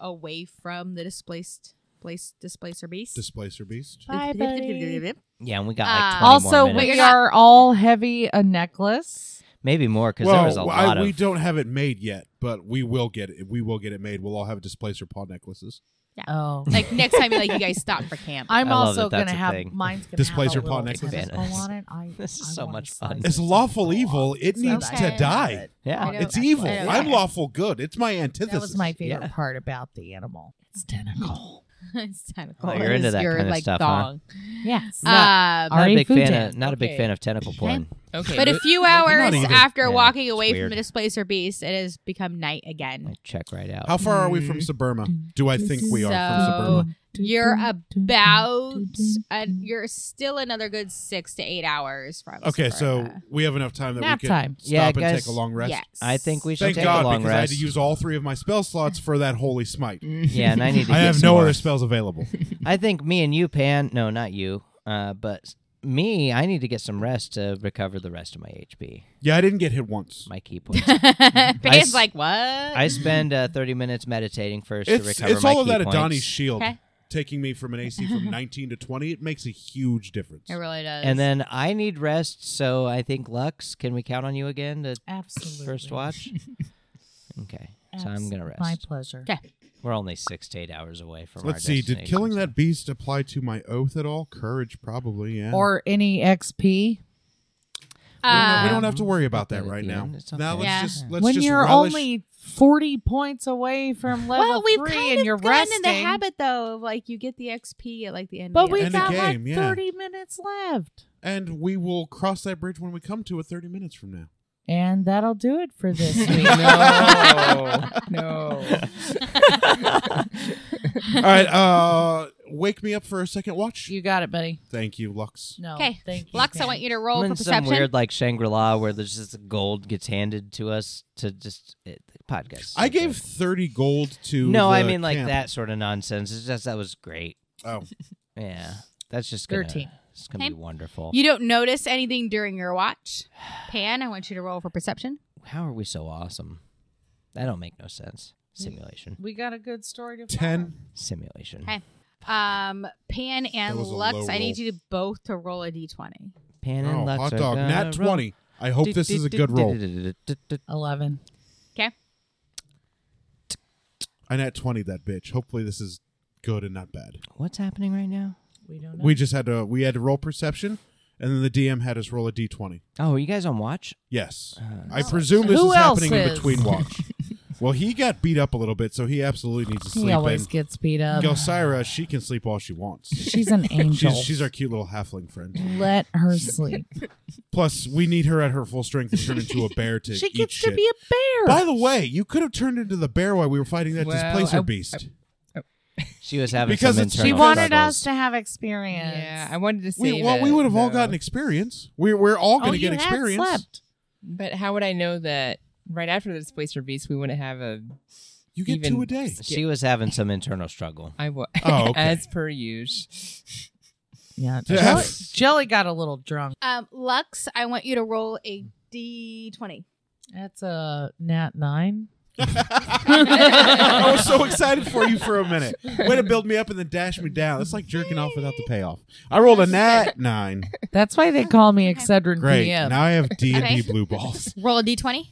Speaker 6: away from the displaced place displacer beast.
Speaker 3: Displacer beast.
Speaker 5: Bye, buddy.
Speaker 4: Yeah, and we got like
Speaker 3: Ah.
Speaker 6: Uh,
Speaker 4: 20
Speaker 5: Also,
Speaker 4: more minutes.
Speaker 5: we are all heavy a necklace.
Speaker 4: maybe more because
Speaker 3: well,
Speaker 4: there was a
Speaker 3: I-
Speaker 4: lot
Speaker 3: we
Speaker 4: of.
Speaker 3: don't have it made yet, but we will get it. We will get it made. We'll all have displacer paw necklaces.
Speaker 5: Oh.
Speaker 6: Like next time, like you guys stop for camp.
Speaker 5: I'm
Speaker 4: I love
Speaker 5: also
Speaker 4: that that's
Speaker 5: gonna
Speaker 4: a
Speaker 5: have
Speaker 4: thing.
Speaker 5: mine's gonna
Speaker 3: Displays your
Speaker 5: have a
Speaker 3: paw
Speaker 5: little
Speaker 3: necklace.
Speaker 5: tentacle on it. I,
Speaker 4: This is
Speaker 5: I
Speaker 4: so
Speaker 5: wanna
Speaker 4: much
Speaker 5: slice
Speaker 4: fun.
Speaker 5: it
Speaker 3: It's lawful
Speaker 5: off.
Speaker 3: evil. It
Speaker 5: So
Speaker 3: needs
Speaker 6: Okay.
Speaker 3: to die.
Speaker 4: Yeah.
Speaker 6: I know.
Speaker 3: It's evil.
Speaker 6: I know.
Speaker 3: I'm
Speaker 6: Okay.
Speaker 3: lawful good. It's my antithesis.
Speaker 5: That was my favorite
Speaker 4: Yeah.
Speaker 5: part about the animal. It's tentacle.
Speaker 6: it's kind of
Speaker 4: Oh,
Speaker 6: cool.
Speaker 4: you're into that
Speaker 6: your,
Speaker 4: kinda
Speaker 6: like,
Speaker 4: stuff, huh?
Speaker 6: thong.
Speaker 5: Yes.
Speaker 6: Um,
Speaker 4: Not a
Speaker 5: Ari
Speaker 4: big
Speaker 5: Futan.
Speaker 4: fan. Of, not a big
Speaker 7: Okay.
Speaker 4: fan of tentacle porn.
Speaker 7: okay.
Speaker 6: but a
Speaker 7: mo-
Speaker 6: few hours
Speaker 3: either.
Speaker 6: after
Speaker 4: Yeah,
Speaker 6: walking
Speaker 4: it's
Speaker 6: away from
Speaker 4: weird.
Speaker 6: the displacer beast, it has become night
Speaker 4: I
Speaker 6: again.
Speaker 4: check right out.
Speaker 3: How far are we from Suburma? Do I think we are
Speaker 6: So-
Speaker 3: from Suburma?
Speaker 6: You're about, uh, you're still another good six to eight hours from.
Speaker 3: Okay, so
Speaker 6: Smyrna.
Speaker 3: we have enough time that
Speaker 5: Nap
Speaker 3: we can
Speaker 5: time.
Speaker 3: stop
Speaker 4: Yeah,
Speaker 3: and
Speaker 4: guys.
Speaker 3: take a long rest.
Speaker 6: yes,
Speaker 4: I think we should
Speaker 3: Thank
Speaker 4: take
Speaker 3: God
Speaker 4: a long
Speaker 3: because I had
Speaker 4: rest.
Speaker 3: to use all three of my spell slots for that holy smite.
Speaker 4: yeah, and I need to.
Speaker 3: I
Speaker 4: get
Speaker 3: have
Speaker 4: some
Speaker 3: no
Speaker 4: more.
Speaker 3: other spells available.
Speaker 4: I think me and you, Pan. No, not you. Uh, but me, I need to get some rest to recover the rest of my HP,
Speaker 3: Yeah, I didn't get hit once.
Speaker 4: my key points.
Speaker 6: Pan's
Speaker 4: s-
Speaker 6: like what?
Speaker 4: I spend uh, 30 minutes meditating first to
Speaker 3: It's,
Speaker 4: recover
Speaker 3: it's
Speaker 4: my
Speaker 3: all of
Speaker 4: key
Speaker 3: that
Speaker 4: points.
Speaker 3: Adani's shield
Speaker 6: Okay.
Speaker 3: taking me from an AC from 19 to 20. It makes a huge difference.
Speaker 6: it really does.
Speaker 4: and then I need rest, so I think Lux, can we count on you again to
Speaker 5: Absolutely.
Speaker 4: first watch? okay, so I'm gonna rest.
Speaker 5: My pleasure.
Speaker 6: Okay.
Speaker 4: We're only six to eight hours away from.
Speaker 3: Let's
Speaker 4: our
Speaker 3: see. Did
Speaker 4: destination,
Speaker 3: killing
Speaker 4: so-
Speaker 3: that beast apply to my oath at all? Courage, probably. Yeah.
Speaker 5: Or any XP.
Speaker 4: don't know.
Speaker 3: No,
Speaker 6: Uh,
Speaker 3: we don't have to worry about that
Speaker 4: Okay,
Speaker 3: right
Speaker 4: um, yeah,
Speaker 3: now.
Speaker 4: it's
Speaker 3: Now
Speaker 4: okay.
Speaker 3: let's
Speaker 6: Yeah.
Speaker 3: just let's
Speaker 5: when
Speaker 3: just
Speaker 5: you're
Speaker 3: relish-
Speaker 5: only 40 points away from level
Speaker 6: well, we've
Speaker 5: 3
Speaker 6: kind
Speaker 5: and
Speaker 6: of
Speaker 5: you're
Speaker 6: gotten
Speaker 5: resting.
Speaker 6: in the habit though of like you get the XP at like the end.
Speaker 5: but
Speaker 6: of the
Speaker 5: we
Speaker 3: End of
Speaker 5: got
Speaker 3: game,
Speaker 5: like
Speaker 3: yeah.
Speaker 5: 30 minutes left.
Speaker 3: and we will cross that bridge when we come to it 30 minutes from now.
Speaker 5: And that'll do it for this week.
Speaker 7: no, no.
Speaker 3: All right, uh wake me up for a second watch.
Speaker 5: You got it, buddy.
Speaker 3: Thank you, Lux.
Speaker 5: No.
Speaker 6: Okay,
Speaker 5: Thank you.
Speaker 6: Lux, I
Speaker 5: Pam.
Speaker 6: want you to
Speaker 4: I'm
Speaker 6: roll for
Speaker 4: in some
Speaker 6: perception.
Speaker 4: weird like Shangri La where there's just gold gets handed to us to just it, the podcast.
Speaker 3: I gave 30 gold to
Speaker 4: no, I
Speaker 3: the
Speaker 4: mean like
Speaker 3: camp.
Speaker 4: that sort of nonsense. It's just that was great.
Speaker 3: Oh,
Speaker 4: Yeah, that's just gonna,
Speaker 5: 13.
Speaker 4: It's gonna be
Speaker 6: Okay.
Speaker 4: wonderful.
Speaker 6: You don't notice anything during your watch. Pan, I want you to roll for perception.
Speaker 4: How are we so awesome? That don't make no sense.
Speaker 5: Hmm.
Speaker 4: Simulation,
Speaker 5: We got a good story to
Speaker 3: 10.
Speaker 4: simulation.
Speaker 6: Okay. Um, Pan and
Speaker 3: was a
Speaker 6: Lux,
Speaker 3: low
Speaker 6: I need
Speaker 3: roll.
Speaker 6: you to both to roll a d20.
Speaker 4: Pan and
Speaker 3: Oh,
Speaker 4: Lux
Speaker 3: hot
Speaker 4: are
Speaker 3: dog.
Speaker 4: gonna
Speaker 3: Nat
Speaker 4: roll.
Speaker 3: 20. I hope this is a good roll.
Speaker 5: follow. 11.
Speaker 3: I nat 20 that bitch. Hopefully this is good and not bad.
Speaker 4: What's happening right now?
Speaker 5: We don't know.
Speaker 3: We just had to we had to roll perception and then the DM had us roll a d20.
Speaker 4: Oh, are you guys on watch?
Speaker 3: Yes.
Speaker 4: Uh,
Speaker 3: I presume this
Speaker 5: Who
Speaker 3: is happening
Speaker 5: else
Speaker 3: in
Speaker 5: is?
Speaker 3: between watch. Well, he got beat up a little bit, so he absolutely needs to sleep.
Speaker 5: He always
Speaker 3: and
Speaker 5: gets beat up.
Speaker 3: Gelsira, she can sleep all she wants.
Speaker 5: She's an angel.
Speaker 3: She's, she's our cute little halfling friend.
Speaker 5: Let her sleep.
Speaker 3: Plus, we need her at her full strength to turn into a bear to
Speaker 5: she
Speaker 3: eat
Speaker 5: gets
Speaker 3: shit.
Speaker 5: to be a bear.
Speaker 3: By the way, you could have turned into the bear while we were fighting that
Speaker 7: Well,
Speaker 3: displacer
Speaker 7: I-
Speaker 3: beast.
Speaker 4: She was having
Speaker 3: Because
Speaker 4: some
Speaker 3: it's-
Speaker 4: internal
Speaker 5: she wanted
Speaker 4: struggles.
Speaker 5: us to have experience.
Speaker 7: Yeah, I wanted to say
Speaker 3: we, well, we would have all gotten experience. We're, we're all going
Speaker 5: oh,
Speaker 3: to get
Speaker 5: you had
Speaker 3: experience.
Speaker 5: slept.
Speaker 7: But how would I know that right after the displacer beast, we wouldn't have a?
Speaker 3: You get
Speaker 7: Even-
Speaker 3: two a day.
Speaker 7: Yeah.
Speaker 4: She was having some internal struggle.
Speaker 7: I was
Speaker 3: Oh, okay.
Speaker 7: as per usual.
Speaker 5: Yeah.
Speaker 3: Yeah.
Speaker 5: Jelly, Jelly got a little drunk.
Speaker 6: Um, Lux, I want you to roll a d20.
Speaker 5: That's a nat nine.
Speaker 3: I was so excited for you for a minute. Way to build me up and then dash me down. It's like jerking off without the payoff. I rolled a nat nine.
Speaker 5: That's why they call me
Speaker 6: Okay.
Speaker 5: Excedrin
Speaker 3: Great.
Speaker 5: PM
Speaker 3: Now I have D and
Speaker 6: Okay.
Speaker 3: D blue balls.
Speaker 6: Roll a d20.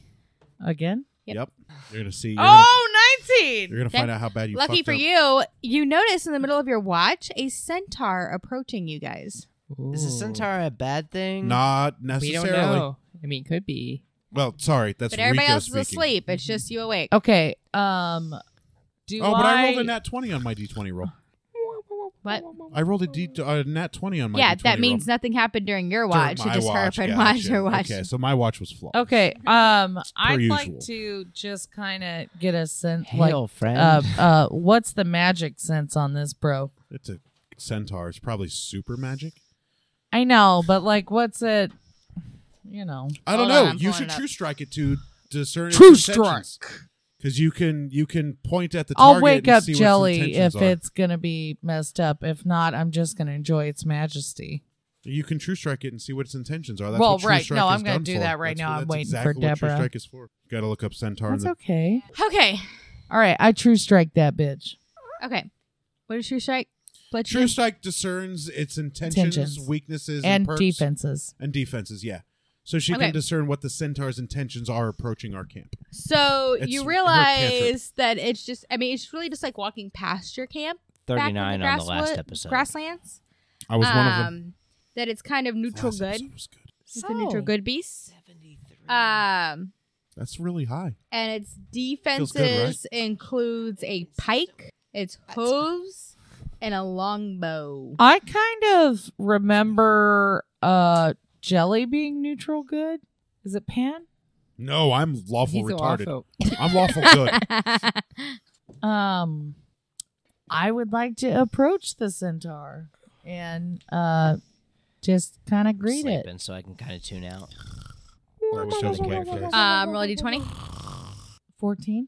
Speaker 5: again.
Speaker 6: Yep.
Speaker 3: Yep. You're gonna see. You're gonna,
Speaker 5: Oh, 19.
Speaker 3: you're gonna find out how bad you.
Speaker 6: Lucky
Speaker 3: fucked
Speaker 6: for
Speaker 3: up.
Speaker 6: you, you notice in the middle of your watch a centaur approaching you guys.
Speaker 4: Is a centaur a bad thing?
Speaker 3: Not
Speaker 7: We don't
Speaker 3: necessarily.
Speaker 7: know. I mean, could be.
Speaker 3: Well, sorry. That's
Speaker 6: But everybody
Speaker 3: Rico
Speaker 6: else
Speaker 3: speaking.
Speaker 6: is asleep. It's just you awake.
Speaker 5: Okay. Um, do
Speaker 3: Oh, but I
Speaker 5: I
Speaker 3: rolled a nat twenty on my D twenty roll.
Speaker 6: What?
Speaker 3: I rolled a D uh, nat twenty on my.
Speaker 6: yeah,
Speaker 3: D20
Speaker 6: that means
Speaker 3: roll.
Speaker 6: nothing happened during your watch.
Speaker 3: During
Speaker 6: it
Speaker 3: my
Speaker 6: just
Speaker 3: watch,
Speaker 6: happened
Speaker 3: gotcha.
Speaker 6: watch or watch.
Speaker 3: Okay, so my watch was flawed.
Speaker 5: Okay. Um, I'd
Speaker 3: usual.
Speaker 5: like to just kind of get a sense,
Speaker 4: Hail,
Speaker 5: like,
Speaker 4: friend.
Speaker 5: uh, uh, what's the magic sense on this, bro?
Speaker 3: It's a centaur. It's probably super magic.
Speaker 5: I know, but like, what's it? You know,
Speaker 3: I
Speaker 6: Hold
Speaker 3: don't
Speaker 6: on,
Speaker 3: know.
Speaker 6: I'm
Speaker 3: you
Speaker 6: pulling
Speaker 3: should
Speaker 6: it up.
Speaker 3: true strike it to discern
Speaker 5: True
Speaker 3: because you can you can point at the.
Speaker 5: I'll
Speaker 3: target
Speaker 5: wake
Speaker 3: and
Speaker 5: up
Speaker 3: see what its
Speaker 5: jelly
Speaker 3: intentions
Speaker 5: if
Speaker 3: are.
Speaker 5: it's gonna be messed up. If not, I'm just gonna enjoy its majesty.
Speaker 3: You can true strike it and see what its intentions are. That's
Speaker 5: Well,
Speaker 3: what True
Speaker 5: right.
Speaker 3: Strike
Speaker 5: No,
Speaker 3: is
Speaker 5: I'm gonna
Speaker 3: done
Speaker 5: do
Speaker 3: for.
Speaker 5: that right
Speaker 3: That's
Speaker 5: now.
Speaker 3: what-
Speaker 5: I'm
Speaker 3: that's
Speaker 5: waiting for
Speaker 3: exactly what True
Speaker 5: Deborah.
Speaker 3: Strike is for. Got to look up centaur. in
Speaker 5: That's
Speaker 3: the-
Speaker 5: okay.
Speaker 6: Okay.
Speaker 5: All right, I true strike that bitch.
Speaker 6: Okay. What is your strike? Bloodshed?
Speaker 3: True strike discerns its intentions,
Speaker 5: Intentions.
Speaker 3: weaknesses, and,
Speaker 5: And
Speaker 3: perks.
Speaker 5: defenses.
Speaker 3: and defenses. Yeah, so she
Speaker 6: Okay.
Speaker 3: can discern what the centaur's intentions are approaching our camp.
Speaker 6: So
Speaker 3: It's
Speaker 6: you
Speaker 3: her
Speaker 6: realize that it's just, I mean, it's really just like walking past your camp. back in
Speaker 4: 39 on the last
Speaker 6: grasswood-
Speaker 4: episode.
Speaker 6: Grasslands.
Speaker 3: I was one of them.
Speaker 6: Um, That it's kind of neutral
Speaker 3: Last
Speaker 6: good.
Speaker 3: episode was good.
Speaker 6: It's a neutral good beast. Um,
Speaker 3: That's really high.
Speaker 6: and its
Speaker 3: good, right?
Speaker 6: defenses includes a pike, its hooves, and a longbow.
Speaker 5: I kind of remember uh jelly being neutral good. Is it pan?
Speaker 3: No, I'm lawful
Speaker 7: He's so
Speaker 3: retarded.
Speaker 7: awful.
Speaker 3: I'm lawful good.
Speaker 5: Um, I would like to approach the centaur and uh just kind of greet it.
Speaker 4: Sleeping, so I can kind of tune out.
Speaker 3: I wish I was awake for this.
Speaker 6: um, roll a d20.
Speaker 5: 14.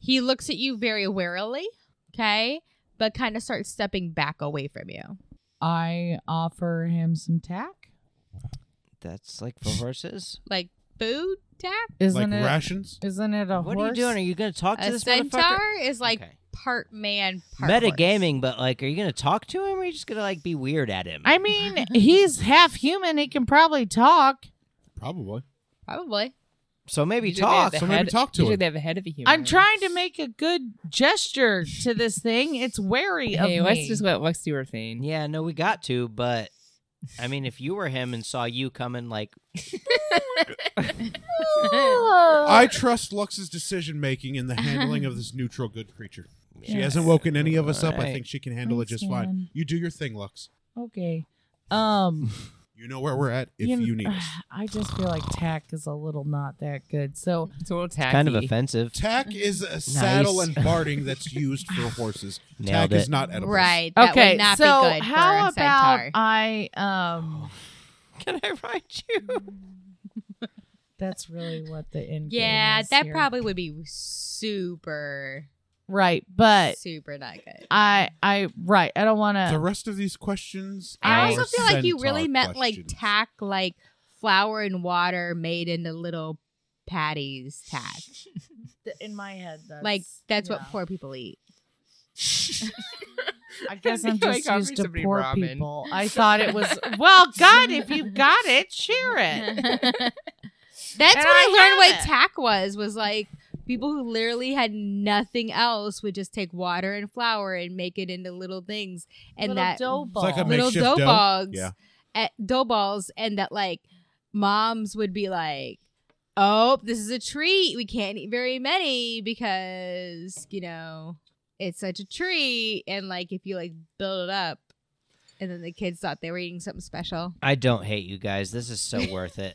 Speaker 6: He looks at you very warily, okay, but kind of starts stepping back away from you.
Speaker 5: I offer him some tack.
Speaker 4: That's like for horses.
Speaker 6: Like food tack?
Speaker 5: Isn't
Speaker 3: like
Speaker 5: it?
Speaker 3: rations.
Speaker 5: not it a
Speaker 4: What
Speaker 5: horse?
Speaker 4: are you doing? Are you going to talk to
Speaker 6: A
Speaker 4: this
Speaker 6: centaur
Speaker 4: motherfucker?
Speaker 6: is like
Speaker 4: Okay.
Speaker 6: part man, part horse.
Speaker 4: Metagaming, but like, are you going to talk to him or are you just going to like be weird at him?
Speaker 5: I mean, he's half human. He can probably talk.
Speaker 3: Probably.
Speaker 6: Probably.
Speaker 4: so maybe
Speaker 7: You should have
Speaker 4: talk.
Speaker 7: the
Speaker 3: so maybe
Speaker 7: head-
Speaker 3: talk to
Speaker 7: you should
Speaker 3: him.
Speaker 7: have a head of a human.
Speaker 5: I'm trying to make a good gesture to this thing. It's wary of
Speaker 7: Hey,
Speaker 5: me.
Speaker 7: let's just let Lex do her thing.
Speaker 4: Yeah, no, we got to, but I mean, if you were him and saw you coming, like,
Speaker 6: Uh,
Speaker 3: I trust Lux's decision making in the handling of this neutral good creature. She hasn't woken any of us up. I
Speaker 4: Right.
Speaker 3: think she can handle it just fine.
Speaker 5: Understand.
Speaker 3: You do your thing, Lux.
Speaker 5: okay. Um,
Speaker 3: You know where we're at if you, need us.
Speaker 5: I just feel like tack is a little not that good. So
Speaker 7: It's a little tacky.
Speaker 4: kind of offensive.
Speaker 3: Tack is a saddle and barding that's used for horses. Tack
Speaker 4: Nailed
Speaker 3: is
Speaker 4: it.
Speaker 3: not edible.
Speaker 6: Right. That
Speaker 5: okay,
Speaker 6: would not
Speaker 5: so
Speaker 6: be good
Speaker 5: how
Speaker 6: for a
Speaker 5: about
Speaker 6: centaur.
Speaker 5: I um?
Speaker 4: Can I ride you?
Speaker 5: That's really what the end. game
Speaker 6: yeah,
Speaker 5: is
Speaker 6: that
Speaker 5: here.
Speaker 6: probably would be super,
Speaker 5: right, but
Speaker 6: super not good.
Speaker 5: I I right. I don't want
Speaker 3: The
Speaker 5: to.
Speaker 3: rest of these questions.
Speaker 6: I
Speaker 3: are
Speaker 6: also feel like you
Speaker 3: centaur
Speaker 6: really meant
Speaker 3: questions.
Speaker 6: like tack, like flour and water made into little patties tack.
Speaker 5: In my head, that's,
Speaker 6: like that's
Speaker 5: yeah.
Speaker 6: what poor people eat.
Speaker 5: I guess I'm
Speaker 7: Like
Speaker 5: just
Speaker 7: offering
Speaker 5: used to
Speaker 7: somebody
Speaker 5: poor
Speaker 7: ramen.
Speaker 5: people. I thought it was well, God, if you've got it, share
Speaker 6: that's
Speaker 5: it.
Speaker 6: when
Speaker 5: And
Speaker 6: I,
Speaker 5: I
Speaker 6: learned what
Speaker 5: have it.
Speaker 6: tack was was like people who literally had nothing else would just take water and flour and make it into little things and
Speaker 5: Little
Speaker 6: that
Speaker 5: dough
Speaker 3: It's like a
Speaker 5: ball.
Speaker 6: little
Speaker 3: makeshift
Speaker 6: dough,
Speaker 3: dough?
Speaker 6: balls eh,
Speaker 3: Yeah.
Speaker 6: at dough balls and that like moms would be like oh, this is a treat. We can't eat very many because, you know, it's such a treat. And like if you like build it up and then the kids thought they were eating something special.
Speaker 4: I don't hate you guys. This is so worth it.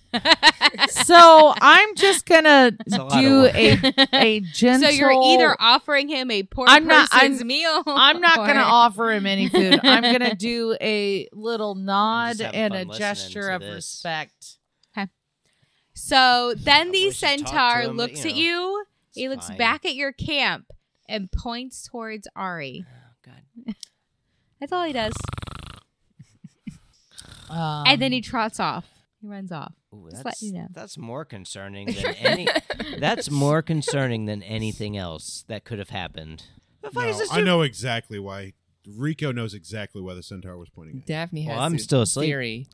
Speaker 5: So I'm just gonna
Speaker 4: It's a lot of
Speaker 5: do
Speaker 4: work.
Speaker 5: a a gentle.
Speaker 6: so you're either offering him a poor
Speaker 5: I'm not-
Speaker 6: person's
Speaker 5: I'm-
Speaker 6: meal.
Speaker 5: I'm not
Speaker 6: or-
Speaker 5: gonna offer him any food. I'm gonna do a little nod
Speaker 4: having
Speaker 5: and
Speaker 4: fun
Speaker 5: a
Speaker 4: listening
Speaker 5: gesture
Speaker 4: to
Speaker 5: of
Speaker 4: this.
Speaker 5: respect.
Speaker 6: So then
Speaker 4: Probably
Speaker 6: the
Speaker 4: should talk to
Speaker 6: centaur
Speaker 4: him, but,
Speaker 6: looks
Speaker 4: you
Speaker 6: at
Speaker 4: know,
Speaker 6: you.
Speaker 4: It's
Speaker 6: He looks
Speaker 4: fine.
Speaker 6: back at your camp and points towards Ari.
Speaker 4: Oh, God.
Speaker 6: That's all he does.
Speaker 5: Um,
Speaker 6: and then he trots off. He runs off.
Speaker 4: Ooh,
Speaker 6: Just let
Speaker 4: that's,
Speaker 6: you know.
Speaker 4: that's more concerning than any. that's more concerning than anything else that could have happened. The fuck is
Speaker 3: No,
Speaker 4: this
Speaker 3: I
Speaker 4: dude-
Speaker 3: know exactly why. Rico knows exactly why the centaur was pointing at.
Speaker 7: Daphne has.
Speaker 4: Well, I'm
Speaker 7: a
Speaker 4: still asleep.
Speaker 7: Theory.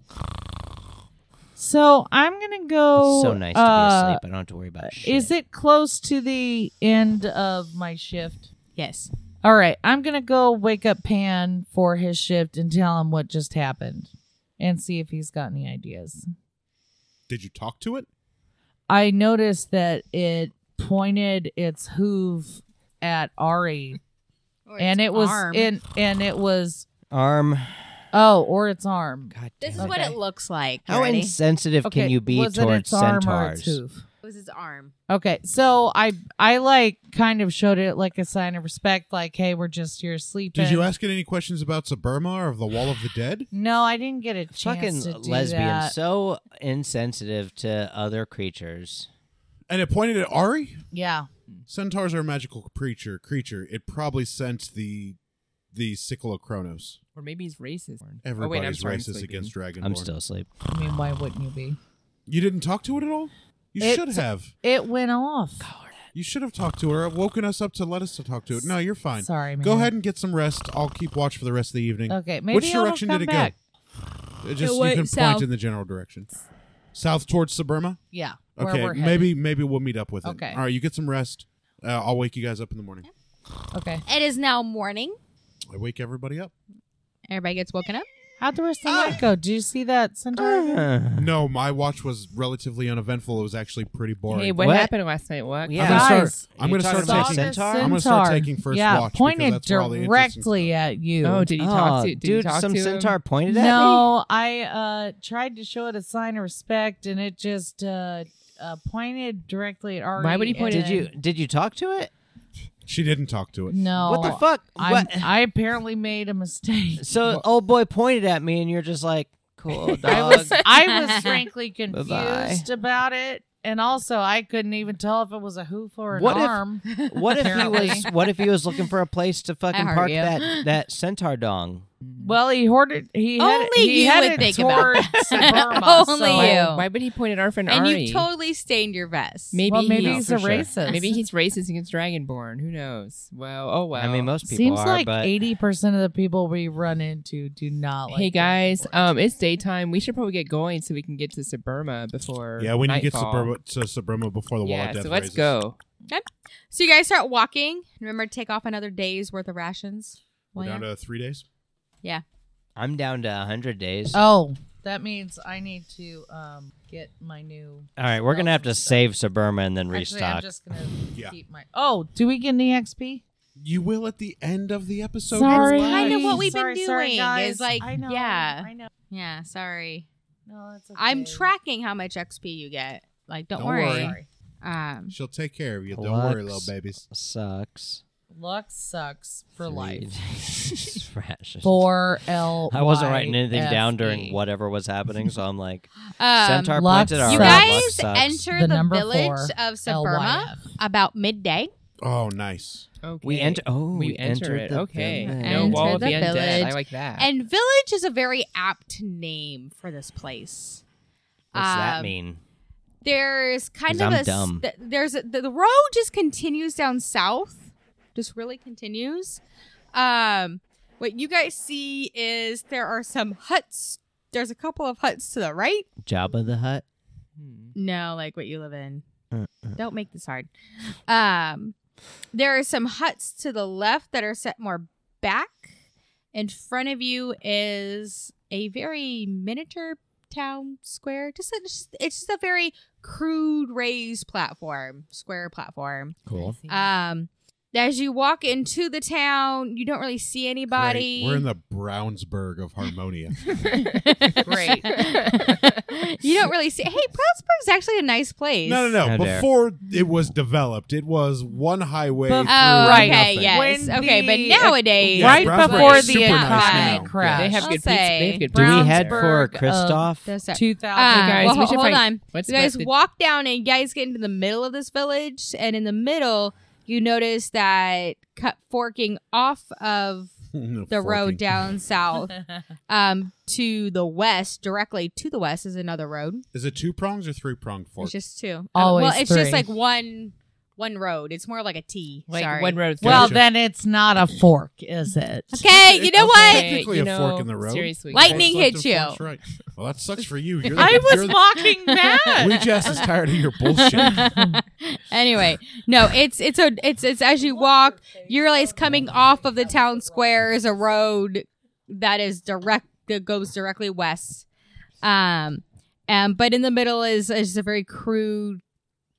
Speaker 5: so I'm gonna go.
Speaker 4: It's so nice
Speaker 5: uh,
Speaker 4: to be asleep. I don't have to worry about shit.
Speaker 5: Is it close to the end of my shift?
Speaker 6: Yes.
Speaker 5: All right, I'm gonna go wake up Pan for his shift and tell him what just happened, and see if he's got any ideas.
Speaker 3: Did you talk to it?
Speaker 5: I noticed that it pointed its hoof at Ari, and it was in, and it was
Speaker 4: arm?
Speaker 5: oh, or its arm.
Speaker 4: God damn
Speaker 6: This is
Speaker 4: it.
Speaker 6: what
Speaker 5: Okay.
Speaker 6: it looks like.
Speaker 4: How
Speaker 6: Already.
Speaker 4: insensitive
Speaker 5: Okay,
Speaker 4: can you be
Speaker 5: was it
Speaker 4: towards
Speaker 5: its arm or its
Speaker 4: centaurs?
Speaker 5: hoof?
Speaker 6: It was his arm.
Speaker 5: Okay, so I I like kind of showed it like a sign of respect, like hey, we're just here sleeping.
Speaker 3: Did you ask it any questions about Suburma or of the Wall of the Dead?
Speaker 5: No, I didn't get a chance
Speaker 4: Fucking
Speaker 5: to do
Speaker 4: lesbian,
Speaker 5: that.
Speaker 4: so insensitive to other creatures.
Speaker 3: And it pointed at Ari.
Speaker 5: Yeah.
Speaker 3: Centaurs are a magical creature. Creature. It probably sent the the sickle of Kronos.
Speaker 7: Or maybe he's racist. oh, wait, I'm
Speaker 3: Everybody's
Speaker 7: sorry, I'm
Speaker 3: racist
Speaker 7: sleeping.
Speaker 3: against Dragonborn.
Speaker 4: I'm still asleep.
Speaker 5: I mean, why wouldn't you be?
Speaker 3: You didn't talk to it at all. You
Speaker 5: It-
Speaker 3: should have.
Speaker 5: It went off.
Speaker 3: You should have talked to it or woken us up to let us to talk to it. No, you're fine.
Speaker 5: Sorry, man.
Speaker 3: Go ahead and get some rest. I'll keep watch for the rest of the evening.
Speaker 5: Okay, maybe
Speaker 3: Which
Speaker 5: it'll
Speaker 3: direction
Speaker 5: come
Speaker 3: did it
Speaker 5: back.
Speaker 3: go? It just
Speaker 6: It
Speaker 3: you
Speaker 6: went
Speaker 3: can point
Speaker 6: south.
Speaker 3: in the general direction. South towards Suburma.
Speaker 5: Yeah. where
Speaker 3: Okay,
Speaker 5: we're headed.
Speaker 3: maybe maybe we'll meet up with it.
Speaker 5: Okay.
Speaker 3: All right, you get some rest. Uh, I'll wake you guys up in the morning.
Speaker 5: Okay.
Speaker 6: It is now morning.
Speaker 3: I wake everybody up.
Speaker 6: Everybody gets woken up.
Speaker 5: How'd the rest of the
Speaker 3: Ah!
Speaker 5: night go? Do you see that centaur?
Speaker 3: No, my watch was relatively uneventful. It was actually pretty boring.
Speaker 7: Hey, what,
Speaker 4: What?
Speaker 7: happened last night? What?
Speaker 4: Yeah.
Speaker 3: I'm gonna start.
Speaker 5: Guys,
Speaker 3: I'm gonna
Speaker 4: You're
Speaker 3: start
Speaker 4: talking about
Speaker 3: taking.
Speaker 4: centaur?
Speaker 3: I'm gonna start taking first
Speaker 5: yeah,
Speaker 3: watch because
Speaker 5: pointed
Speaker 3: that's where all the interesting
Speaker 5: directly at you.
Speaker 7: Oh, did he talk to? Did
Speaker 4: dude,
Speaker 7: he talk
Speaker 4: some
Speaker 7: to him?
Speaker 4: centaur pointed at me.
Speaker 5: no, I uh, tried to show it a sign of respect, and it just uh, uh, pointed directly at Ari.
Speaker 7: Why would he point
Speaker 5: and
Speaker 4: Did you did you talk to it?
Speaker 3: She didn't talk to it.
Speaker 5: No.
Speaker 4: what the fuck?
Speaker 5: I'm-
Speaker 4: What?
Speaker 5: I apparently made a mistake.
Speaker 4: so old boy pointed at me, and you're just like, cool dog.
Speaker 5: I was I was frankly confused
Speaker 4: Bye-bye.
Speaker 5: about it, and also I couldn't even tell if it was a hoof or an
Speaker 4: What if-
Speaker 5: arm.
Speaker 4: what if he
Speaker 5: Apparently.
Speaker 4: was? What if he was looking for a place to fucking
Speaker 6: heard
Speaker 4: park
Speaker 6: you.
Speaker 4: that that centaur dong?
Speaker 5: well, he hoarded. He had,
Speaker 6: Only
Speaker 5: he
Speaker 6: you
Speaker 5: headed
Speaker 6: would think about
Speaker 5: towards Burma,
Speaker 6: Only
Speaker 5: so-
Speaker 6: you.
Speaker 7: Why would he point at our friend
Speaker 6: And
Speaker 7: Ari?
Speaker 6: you totally stained your vest.
Speaker 7: maybe
Speaker 5: Well, maybe
Speaker 7: he's-
Speaker 5: he's
Speaker 4: No,
Speaker 5: a
Speaker 4: for sure.
Speaker 5: racist.
Speaker 7: Maybe he's racist against Dragonborn. Who knows? Well, oh well.
Speaker 4: I mean, most people
Speaker 5: Seems
Speaker 4: are,
Speaker 5: like
Speaker 4: but
Speaker 5: eighty percent of the people we run into do not. like
Speaker 7: hey guys,
Speaker 5: Dragonborns.
Speaker 7: um, it's daytime. We should probably get going so we can get to Suburma before.
Speaker 3: Yeah, we need to get
Speaker 7: nightfall.
Speaker 3: Suburma, to Suburma before the wall
Speaker 7: Yeah,
Speaker 3: of death.
Speaker 7: so let's
Speaker 3: raises.
Speaker 7: go.
Speaker 6: So you guys start walking. Remember to take off another day's worth of rations.
Speaker 3: We're down
Speaker 6: William?
Speaker 3: to three days.
Speaker 4: I'm down to hundred days.
Speaker 5: oh, that means I need to um get my new.
Speaker 4: All right, we're gonna have to save Suburma and then
Speaker 5: Actually, I'm
Speaker 4: restock.
Speaker 5: just gonna
Speaker 3: Yeah.
Speaker 5: keep my. Oh, do we get any XP?
Speaker 3: You will at the end of the episode.
Speaker 5: sorry,
Speaker 6: That's kind of what we've been
Speaker 5: sorry, sorry,
Speaker 6: doing,
Speaker 5: guys.
Speaker 6: is like-
Speaker 5: I know,
Speaker 6: yeah.
Speaker 5: I know.
Speaker 6: yeah, sorry.
Speaker 5: No, that's okay.
Speaker 6: I'm tracking how much XP you get. Like, don't,
Speaker 3: Don't
Speaker 6: worry.
Speaker 3: worry.
Speaker 6: Um,
Speaker 3: She'll take care of you. Don't worry, little
Speaker 4: Lux
Speaker 3: babies.
Speaker 4: Sucks
Speaker 5: Luck sucks for life.
Speaker 4: Rashes.
Speaker 5: Four L.
Speaker 4: I wasn't writing anything down during whatever was happening, so I'm like,
Speaker 6: um,
Speaker 4: centaur
Speaker 5: Lux
Speaker 4: pointed at our
Speaker 6: You
Speaker 5: Suburma
Speaker 6: guys
Speaker 4: sucks.
Speaker 6: enter
Speaker 5: The
Speaker 6: the,
Speaker 5: number
Speaker 6: village
Speaker 5: four,
Speaker 6: of Suburma about midday.
Speaker 3: Oh, nice.
Speaker 7: Okay.
Speaker 4: We enter. Oh,
Speaker 7: We enter
Speaker 4: entered
Speaker 7: it.
Speaker 4: the
Speaker 7: Okay.
Speaker 4: village.
Speaker 7: No
Speaker 6: Enter
Speaker 7: wall of
Speaker 6: the
Speaker 7: the undead. I
Speaker 6: village.
Speaker 7: like that.
Speaker 6: And village is a very apt name for this place.
Speaker 4: What's that
Speaker 6: Um,
Speaker 4: mean?
Speaker 6: There's kind
Speaker 4: 'Cause
Speaker 6: of
Speaker 4: I'm
Speaker 6: a s-
Speaker 4: dumb.
Speaker 6: th- there's a, the, the road just continues down south, just really continues. Um, what you guys see is there are some huts. There's a couple of huts to the right.
Speaker 4: Jabba the Hut.
Speaker 7: Hmm.
Speaker 6: No, like what you live in.
Speaker 4: Uh,
Speaker 6: Don't make this hard. Um, there are some huts to the left that are set more back. In front of you is a very miniature town square. Just, a, just it's just a very crude raised platform, square platform.
Speaker 4: Cool.
Speaker 6: Um, as you walk into the town, you don't really see anybody.
Speaker 3: Great. We're in the Brownsburg of Harmonia.
Speaker 7: Great.
Speaker 6: you don't really see. Hey, Plattsburgh's actually a nice place.
Speaker 3: no, no, no.
Speaker 4: How dare.
Speaker 3: Before it was developed, it was one highway.
Speaker 7: But-
Speaker 3: through
Speaker 6: Oh,
Speaker 7: Right.
Speaker 6: okay,
Speaker 3: nothing.
Speaker 6: yes,
Speaker 7: When
Speaker 6: okay, but
Speaker 7: the-
Speaker 6: nowadays,
Speaker 3: Yeah,
Speaker 5: right
Speaker 3: Brownsburg
Speaker 5: before
Speaker 3: is
Speaker 5: the
Speaker 3: super nice
Speaker 5: economic
Speaker 3: now.
Speaker 5: crash.
Speaker 7: they have
Speaker 6: I'll
Speaker 7: good pizza. They
Speaker 6: say.
Speaker 7: have good
Speaker 4: Do we
Speaker 7: browns
Speaker 4: head
Speaker 7: there.
Speaker 4: for
Speaker 5: Brownsburg of Ah,
Speaker 4: Christoph?
Speaker 6: Those are-
Speaker 5: 2000
Speaker 6: Uh,
Speaker 7: guys,
Speaker 6: well,
Speaker 7: we should
Speaker 6: hold
Speaker 7: find-
Speaker 6: on.
Speaker 7: What's
Speaker 6: you guys
Speaker 7: with the-
Speaker 6: walk down and you guys get into the middle of this village, and in the middle, you notice that cut forking off of
Speaker 3: No,
Speaker 6: the road
Speaker 3: forking.
Speaker 6: down south um, to the west, directly to the west, is another road.
Speaker 3: Is it two prongs or three pronged fork?
Speaker 6: It's just two. Uh,
Speaker 5: Always
Speaker 6: well, it's
Speaker 5: three.
Speaker 6: just like one one road. It's more like a T.
Speaker 7: Like
Speaker 6: Sorry.
Speaker 7: one road.
Speaker 5: Well,
Speaker 3: Gotcha.
Speaker 5: then it's not a fork, is it?
Speaker 6: okay, you know what?
Speaker 3: Technically a fork in the road.
Speaker 7: Seriously,
Speaker 3: Forks
Speaker 6: Lightning
Speaker 3: left
Speaker 6: hit
Speaker 3: and
Speaker 6: you.
Speaker 3: forks Right. Well, that sucks for you. You're the,
Speaker 5: I
Speaker 3: you're the-
Speaker 5: was mocking that.
Speaker 3: We just is tired of your bullshit.
Speaker 6: anyway, no, it's it's a it's it's as you walk, you realize coming off of the town square is a road that is direct that goes directly west. Um, and but in the middle is is a very crude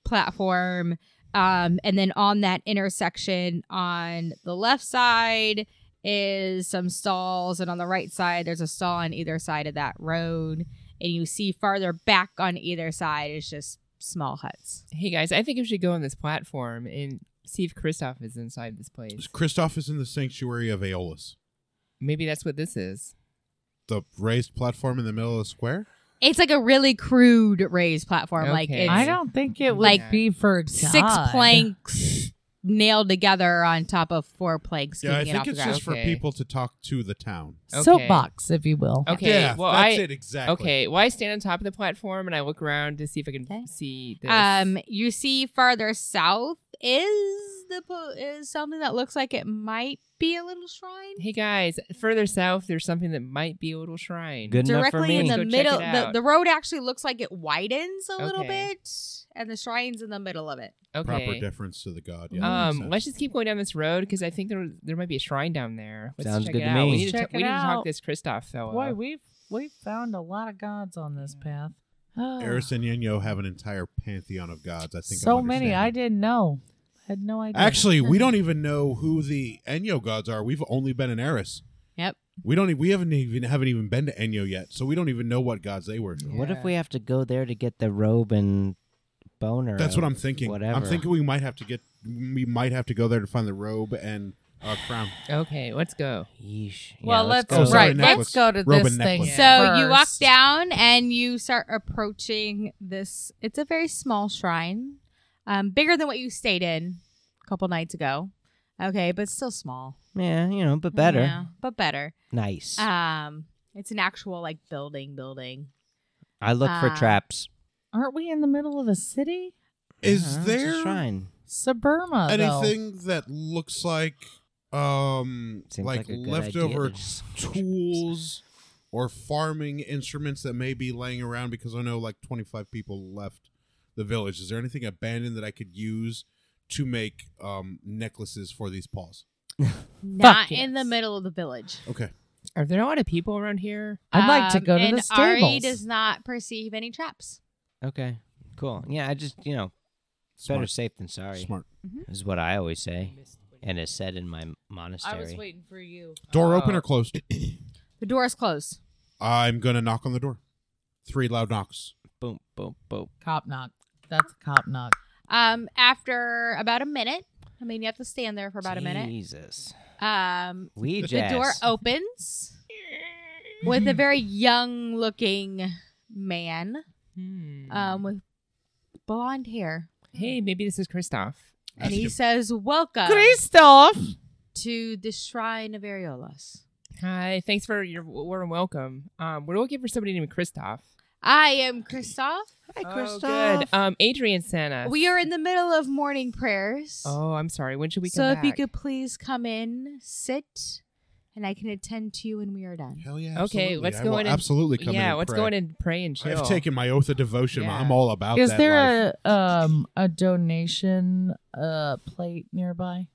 Speaker 6: platform. Um, and then on that intersection on the left side is some stalls, and on the right side there's a stall on either side of that road. And you see farther back on either side is just small huts.
Speaker 7: Hey guys, I think we should go on this platform and see if Christoph is inside this place.
Speaker 3: Christoph is in the sanctuary of Aeolus,
Speaker 7: Maybe that's what this is.
Speaker 3: the raised platform in the middle of the square.
Speaker 6: It's like a really crude raised platform. Like
Speaker 7: Okay.
Speaker 6: it's
Speaker 5: I don't think it would
Speaker 6: Like,
Speaker 5: be for
Speaker 6: six
Speaker 5: God.
Speaker 6: planks nailed together on top of four planks.
Speaker 3: Yeah, I
Speaker 6: keeping it
Speaker 3: think
Speaker 6: off
Speaker 3: it's
Speaker 6: the ground.
Speaker 3: just for
Speaker 7: Okay.
Speaker 3: people to talk to the town.
Speaker 7: Okay.
Speaker 5: soapbox, if you will.
Speaker 7: Okay.
Speaker 3: Yeah,
Speaker 7: well,
Speaker 3: that's
Speaker 7: I
Speaker 3: it exactly.
Speaker 7: okay. Well, I stand on top of the platform and I look around to see if I can see this.
Speaker 6: Um, you see farther south is the po- is something that looks like it might be a little shrine.
Speaker 7: hey guys, further south there's something that might be a little shrine.
Speaker 4: Good enough for
Speaker 6: Directly
Speaker 4: me.
Speaker 6: in the
Speaker 7: Go check
Speaker 6: middle,
Speaker 7: it
Speaker 6: the,
Speaker 7: out.
Speaker 6: the road actually looks like it widens a little
Speaker 7: Okay.
Speaker 6: bit, and the shrine's in the middle of it.
Speaker 7: Okay.
Speaker 3: Proper deference to the god. Yeah, that
Speaker 7: Um,
Speaker 3: makes sense.
Speaker 7: let's just keep going down this road because I think there there might be a shrine down there. Let's
Speaker 4: Sounds
Speaker 7: check
Speaker 4: good
Speaker 7: it
Speaker 4: to
Speaker 7: out.
Speaker 4: me.
Speaker 7: We need to,
Speaker 5: Check
Speaker 7: ta-
Speaker 5: it
Speaker 7: we need to
Speaker 5: out.
Speaker 7: talk this Christoph fella.
Speaker 5: Boy, we've we've found a lot of gods on this path. Oh,
Speaker 3: Eris and Yenyo have an entire pantheon of gods. I think
Speaker 5: so
Speaker 3: I'm
Speaker 5: many. I
Speaker 3: understanding.
Speaker 5: didn't know. I had no idea.
Speaker 3: Actually, we don't even know who the Enyo gods are. We've only been in Eris.
Speaker 6: Yep.
Speaker 3: We don't. e- We haven't even haven't even been to Enyo yet, so we don't even know what gods they worship.
Speaker 4: What if we have to go there to get the robe and boner?
Speaker 3: That's what
Speaker 4: or
Speaker 3: I'm thinking.
Speaker 4: Whatever.
Speaker 3: I'm thinking we might have to get. We might have to go there to find the robe and uh, crown.
Speaker 7: Okay, let's go.
Speaker 4: Yeesh. Yeah,
Speaker 5: well, let's,
Speaker 4: let's,
Speaker 3: Oh,
Speaker 4: go.
Speaker 3: sorry,
Speaker 5: right.
Speaker 3: necklace.
Speaker 5: Let's go to
Speaker 3: Robe
Speaker 5: this
Speaker 3: and
Speaker 5: thing.
Speaker 3: necklace.
Speaker 6: So you walk
Speaker 5: first.
Speaker 6: down and you start approaching this. It's a very small shrine, um, bigger than what you stayed in a couple nights ago. Okay, but still small.
Speaker 4: Yeah, you know, but better.
Speaker 6: Yeah, but better.
Speaker 4: Nice.
Speaker 5: Uh,
Speaker 6: Um, it's an actual like building, building.
Speaker 4: I look for
Speaker 6: uh,
Speaker 4: traps.
Speaker 5: Aren't we in the middle of a city?
Speaker 3: Is
Speaker 4: Uh-huh, it's a
Speaker 3: there
Speaker 4: shrine?
Speaker 5: Suburma.
Speaker 3: anything that looks like um
Speaker 4: Seems
Speaker 3: like,
Speaker 4: like a good
Speaker 3: leftover
Speaker 4: idea.
Speaker 3: tools or farming instruments that may be laying around because I know like 25 people left the village. Is there anything abandoned that I could use to make um necklaces for these paws?
Speaker 6: Not
Speaker 5: yes.
Speaker 6: in the middle of the village.
Speaker 3: Okay.
Speaker 7: Are there a lot of people around here?
Speaker 5: Though. I'd like to
Speaker 6: Um,
Speaker 5: go to
Speaker 6: and
Speaker 5: the
Speaker 6: Ari
Speaker 5: stables.
Speaker 6: does not perceive any traps.
Speaker 4: Okay. Cool. Yeah, I just you know, it's better
Speaker 3: Smart.
Speaker 4: safe than sorry.
Speaker 3: Smart.
Speaker 4: Is what I always say, and is said in my monastery.
Speaker 5: waiting for you.
Speaker 7: Uh,
Speaker 3: Door open or closed?
Speaker 6: The door is closed.
Speaker 3: I'm going to knock on the door. Three loud knocks.
Speaker 4: Boom, boom, boom.
Speaker 5: Cop knock. That's a cop knock.
Speaker 6: Um, after about a minute, I mean, you have to stand there for about a minute.
Speaker 4: Jesus.
Speaker 6: Um,
Speaker 4: We just.
Speaker 6: The door opens with a very young looking man
Speaker 7: Hmm.
Speaker 6: um, with blonde hair.
Speaker 5: Hmm.
Speaker 7: hey, maybe this is Christoph.
Speaker 6: And he says, Welcome
Speaker 5: Christoph.
Speaker 6: to the Shrine of Ariolas.
Speaker 7: Hi, thanks for your w- warm welcome. Um, we're looking for somebody named Christoph.
Speaker 6: I am Christoph.
Speaker 4: Hi,
Speaker 7: Oh, good. Um, Adrian Santa.
Speaker 6: We are in the middle of morning prayers.
Speaker 7: Oh, I'm sorry. When should we
Speaker 6: so
Speaker 7: come
Speaker 6: if
Speaker 7: back?
Speaker 6: you could please come in, sit, and I can attend to you when we are done.
Speaker 3: Hell yeah.
Speaker 7: Okay,
Speaker 3: absolutely.
Speaker 7: let's
Speaker 3: I
Speaker 7: go
Speaker 3: will
Speaker 7: in and-
Speaker 3: Absolutely come in.
Speaker 7: yeah,
Speaker 3: and
Speaker 7: let's
Speaker 3: pray.
Speaker 7: go in and pray and chill.
Speaker 3: I've taken my oath of devotion.
Speaker 7: Yeah.
Speaker 3: I'm all about
Speaker 5: Is
Speaker 3: that life.
Speaker 5: there a um a donation uh plate nearby?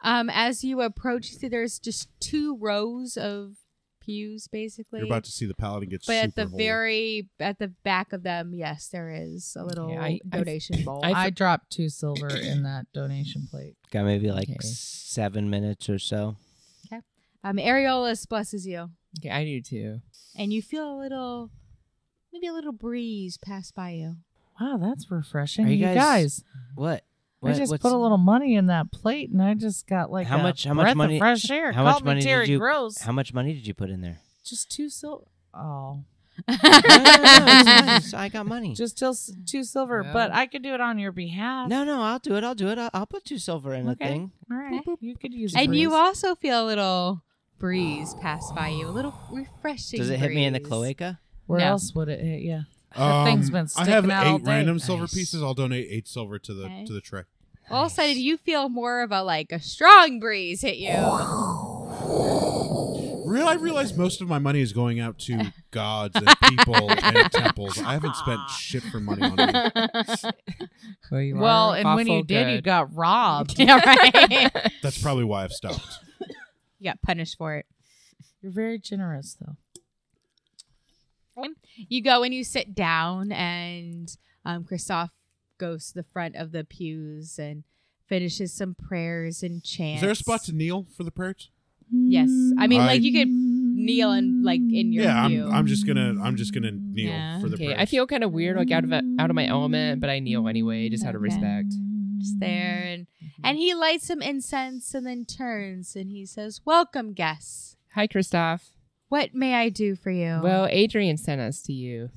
Speaker 6: Um, as you approach, see there's just two rows of pews, basically.
Speaker 3: You're about to see the paladin get
Speaker 6: but
Speaker 3: super
Speaker 6: at the
Speaker 3: holy.
Speaker 6: very at the back of them, yes, there is a little
Speaker 7: Yeah, I- I-
Speaker 6: donation bowl.
Speaker 7: I-
Speaker 5: I, dropped two silver in that donation plate.
Speaker 4: Got maybe like
Speaker 5: Okay.
Speaker 4: seven minutes or so.
Speaker 6: um, Areolus blesses you,
Speaker 7: Okay, I do too.
Speaker 6: and you feel a little, maybe a little breeze pass by you.
Speaker 5: Wow, that's refreshing.
Speaker 4: Are you
Speaker 5: you,
Speaker 4: guys-
Speaker 5: guys,
Speaker 4: What?
Speaker 5: I
Speaker 4: What-
Speaker 5: just
Speaker 4: what's-
Speaker 5: put a little money in that plate, and I just got like
Speaker 4: How
Speaker 5: a
Speaker 4: much- how much
Speaker 5: breath of
Speaker 4: money-
Speaker 5: fresh air.
Speaker 4: how much
Speaker 5: Called me
Speaker 4: money did
Speaker 5: Terry
Speaker 4: you-
Speaker 5: Gross.
Speaker 4: How much money did you put in there?
Speaker 5: just two silver. Oh,
Speaker 4: No, no, no, it's nice. I got money.
Speaker 5: just till s- two silver.
Speaker 7: Well.
Speaker 5: But I could do it on your behalf.
Speaker 4: no, no, I'll do it. I'll do it. I'll, I'll put two silver in
Speaker 5: Okay.
Speaker 4: the thing.
Speaker 5: all right, you could use.
Speaker 6: and you
Speaker 5: these.
Speaker 6: also feel a little breeze pass by you, a little refreshing.
Speaker 4: Does it hit me in the
Speaker 6: breeze.
Speaker 4: cloaca?
Speaker 5: Where
Speaker 6: No.
Speaker 5: else would it hit you?
Speaker 3: Um,
Speaker 5: That thing's been
Speaker 3: I have
Speaker 5: sticking out
Speaker 3: eight
Speaker 5: all day.
Speaker 3: random silver
Speaker 4: Nice.
Speaker 3: pieces. I'll donate eight silver to the
Speaker 6: Okay.
Speaker 3: to the tray.
Speaker 6: All of a sudden, you feel more of a like a strong breeze hit you.
Speaker 3: Real, I realize most of my money is going out to gods and people and temples. I haven't spent shit for money on it.
Speaker 7: Well, you
Speaker 5: Well,
Speaker 7: are
Speaker 5: and when you
Speaker 7: awful
Speaker 5: did, you
Speaker 7: good.
Speaker 5: got robbed.
Speaker 6: yeah, right.
Speaker 3: That's probably why I've stopped.
Speaker 6: you got punished for it.
Speaker 5: You're very generous, though.
Speaker 6: You go and you sit down, and um, Christoph goes to the front of the pews and finishes some prayers and chants.
Speaker 3: Is there a spot to kneel for the prayers?
Speaker 6: Yes, I mean,
Speaker 3: I-
Speaker 6: like you could kneel and like in your
Speaker 3: yeah,
Speaker 6: pew.
Speaker 3: I'm. I'm just gonna. I'm just gonna kneel
Speaker 6: Yeah.
Speaker 3: for the
Speaker 7: Okay,
Speaker 3: prayers.
Speaker 7: I feel kind of weird, like out of out of my element, but I kneel anyway, just out of
Speaker 6: Okay.
Speaker 7: respect.
Speaker 6: just there, and
Speaker 3: Mm-hmm.
Speaker 6: and he lights some incense, and then turns and he says, "Welcome, guests.
Speaker 7: Hi, Christoph.
Speaker 6: What may I do for you?"
Speaker 7: Well, Adrian sent us to you.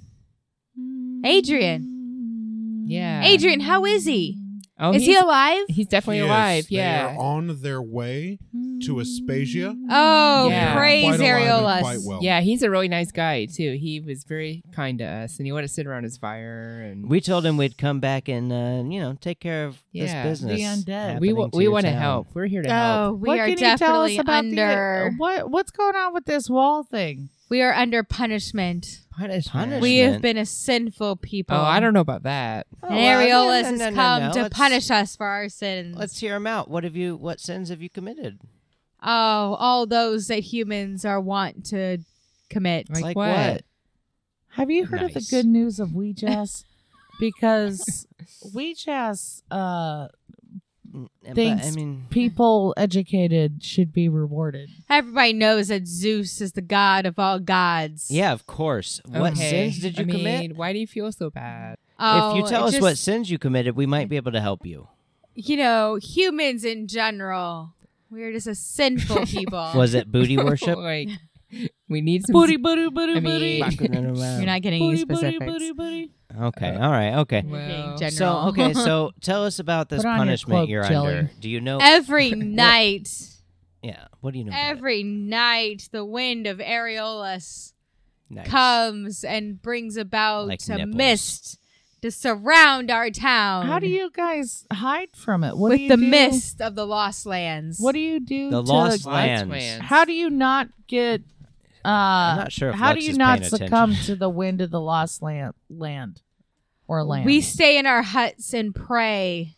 Speaker 6: Adrian,
Speaker 7: Yeah.
Speaker 6: Adrian, how is he?
Speaker 7: Oh,
Speaker 6: Mm. is he
Speaker 7: he's,
Speaker 6: alive?
Speaker 7: he's definitely
Speaker 3: Yes,
Speaker 7: alive.
Speaker 3: they
Speaker 7: Yeah.
Speaker 3: are on their way to Aspasia.
Speaker 6: Oh,
Speaker 7: Yeah.
Speaker 6: praise
Speaker 3: Quite alive and Quite
Speaker 6: Areolus.
Speaker 3: well.
Speaker 7: Yeah, he's a really nice guy too. He was very kind to us, and he wanted to sit around his fire. And
Speaker 4: We told him we'd come back and uh, you know take care of
Speaker 7: Yeah. The
Speaker 4: this business.
Speaker 5: undead.
Speaker 7: we
Speaker 4: happening
Speaker 7: wa- we
Speaker 4: your
Speaker 7: want to
Speaker 4: town.
Speaker 7: help. We're here to
Speaker 6: Oh,
Speaker 7: help.
Speaker 6: we
Speaker 5: What
Speaker 6: are
Speaker 5: can you tell us
Speaker 6: definitely
Speaker 5: about
Speaker 6: under.
Speaker 5: the what? What's going on with this wall thing?
Speaker 6: We are under punishment.
Speaker 4: Punishment.
Speaker 6: We have been a sinful people.
Speaker 7: Oh, I don't know about that.
Speaker 4: Oh,
Speaker 6: And
Speaker 4: well,
Speaker 6: Areolus
Speaker 4: no,
Speaker 6: has
Speaker 4: no, no,
Speaker 6: come
Speaker 4: no.
Speaker 6: to
Speaker 4: Let's-
Speaker 6: punish us for our sins.
Speaker 4: Let's hear him out. What have you? What sins have you committed?
Speaker 6: oh, all those that humans are wont to commit.
Speaker 7: Like
Speaker 4: like
Speaker 7: what?
Speaker 4: what?
Speaker 5: Have you heard of the
Speaker 7: Nice.
Speaker 5: good news of Ouija's? because Ouija's uh,
Speaker 4: Mm, But, I
Speaker 5: Thanks.
Speaker 4: mean,
Speaker 5: people educated should be rewarded.
Speaker 6: Everybody knows that Zeus is the god of all gods.
Speaker 4: yeah, of course. What
Speaker 7: Okay.
Speaker 4: sins did
Speaker 7: I
Speaker 4: you commit?
Speaker 7: mean, Why do you feel so bad?
Speaker 6: Oh,
Speaker 4: if you
Speaker 6: it
Speaker 4: tell us
Speaker 6: just-
Speaker 4: what sins you committed, we might be able to help you.
Speaker 6: you know, humans in general, we're just a sinful people.
Speaker 4: Was it booty worship?
Speaker 7: like we need some
Speaker 5: Booty, booty, booty,
Speaker 7: I mean,
Speaker 5: booty.
Speaker 6: You're not getting any
Speaker 5: Booty, booty,
Speaker 6: specifics.
Speaker 5: booty, booty.
Speaker 4: okay, all right, okay.
Speaker 6: We're being
Speaker 7: Well,
Speaker 6: general.
Speaker 4: So okay, so tell us about this
Speaker 5: Put on your
Speaker 4: punishment
Speaker 5: cloak,
Speaker 4: you're
Speaker 5: Jelly.
Speaker 4: under. Do you know?
Speaker 6: every night,
Speaker 4: yeah. What do you know? about it?
Speaker 6: every night, the wind of Areolus
Speaker 4: Nice.
Speaker 6: comes and brings about
Speaker 4: Like
Speaker 6: a
Speaker 4: nipples.
Speaker 6: mist to surround our town.
Speaker 5: How do you guys hide from it? What do
Speaker 6: Um, with
Speaker 5: you
Speaker 6: the
Speaker 5: do?
Speaker 6: mist of the lost lands?
Speaker 5: What do you do?
Speaker 4: The
Speaker 5: to,
Speaker 7: Lost
Speaker 4: lost lands.
Speaker 7: lands.
Speaker 5: How do you not get? Uh,
Speaker 4: I'm not sure. If
Speaker 5: how
Speaker 4: Lex
Speaker 5: do you
Speaker 4: is
Speaker 5: not
Speaker 4: paying
Speaker 5: succumb
Speaker 4: attention.
Speaker 5: to the wind of the lost land, land or land?
Speaker 6: we stay in our huts and pray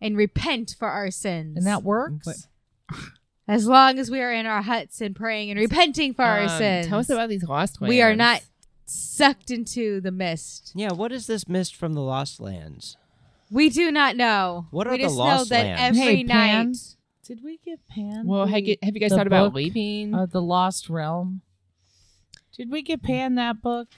Speaker 6: and repent for our sins.
Speaker 5: and that works.
Speaker 7: But-
Speaker 6: as long as we are in our huts and praying and repenting for our
Speaker 7: Um,
Speaker 6: sins,
Speaker 7: Tell us about these lost lands.
Speaker 6: we are not sucked into the mist.
Speaker 4: Yeah. What is this mist from the lost lands?
Speaker 6: We do not know.
Speaker 4: What are
Speaker 6: we
Speaker 4: the
Speaker 6: just
Speaker 4: lost
Speaker 6: know that
Speaker 4: lands?
Speaker 6: every
Speaker 5: Hey, Pan.
Speaker 6: night.
Speaker 5: Did we give Pan?
Speaker 7: Well,
Speaker 5: the,
Speaker 7: have you, have you guys
Speaker 5: The
Speaker 7: thought about
Speaker 5: book
Speaker 7: leaving?
Speaker 5: uh, the Lost Realm? Did we give Pan that book?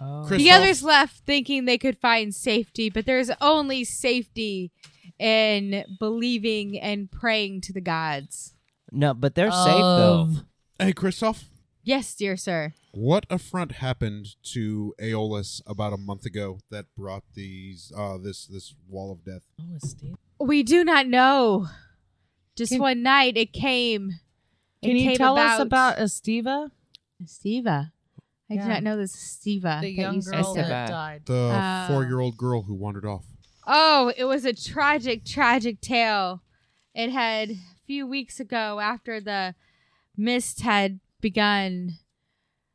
Speaker 7: Oh.
Speaker 3: Chris-
Speaker 6: The
Speaker 3: Christoph.
Speaker 6: others left thinking they could find safety, but there's only safety in believing and praying to the gods.
Speaker 4: No, but they're safe though.
Speaker 5: Of-
Speaker 3: Hey, Christoph.
Speaker 6: Yes, dear sir.
Speaker 3: What affront happened to Aeolus about a month ago that brought these uh this this wall of death?
Speaker 5: Oh, it's deep.
Speaker 6: We do not know. Just
Speaker 5: Can-
Speaker 6: one night it came. It
Speaker 5: Can you
Speaker 6: came
Speaker 5: tell us about Estiva,
Speaker 6: Steva? I
Speaker 5: Yeah.
Speaker 6: do not know this Steva. that you said.
Speaker 7: girl that Esteva.
Speaker 5: died?
Speaker 3: The
Speaker 6: Uh,
Speaker 3: four year old girl who wandered off.
Speaker 6: Oh, it was a tragic, tragic tale. It had a few weeks ago, after the mist had begun,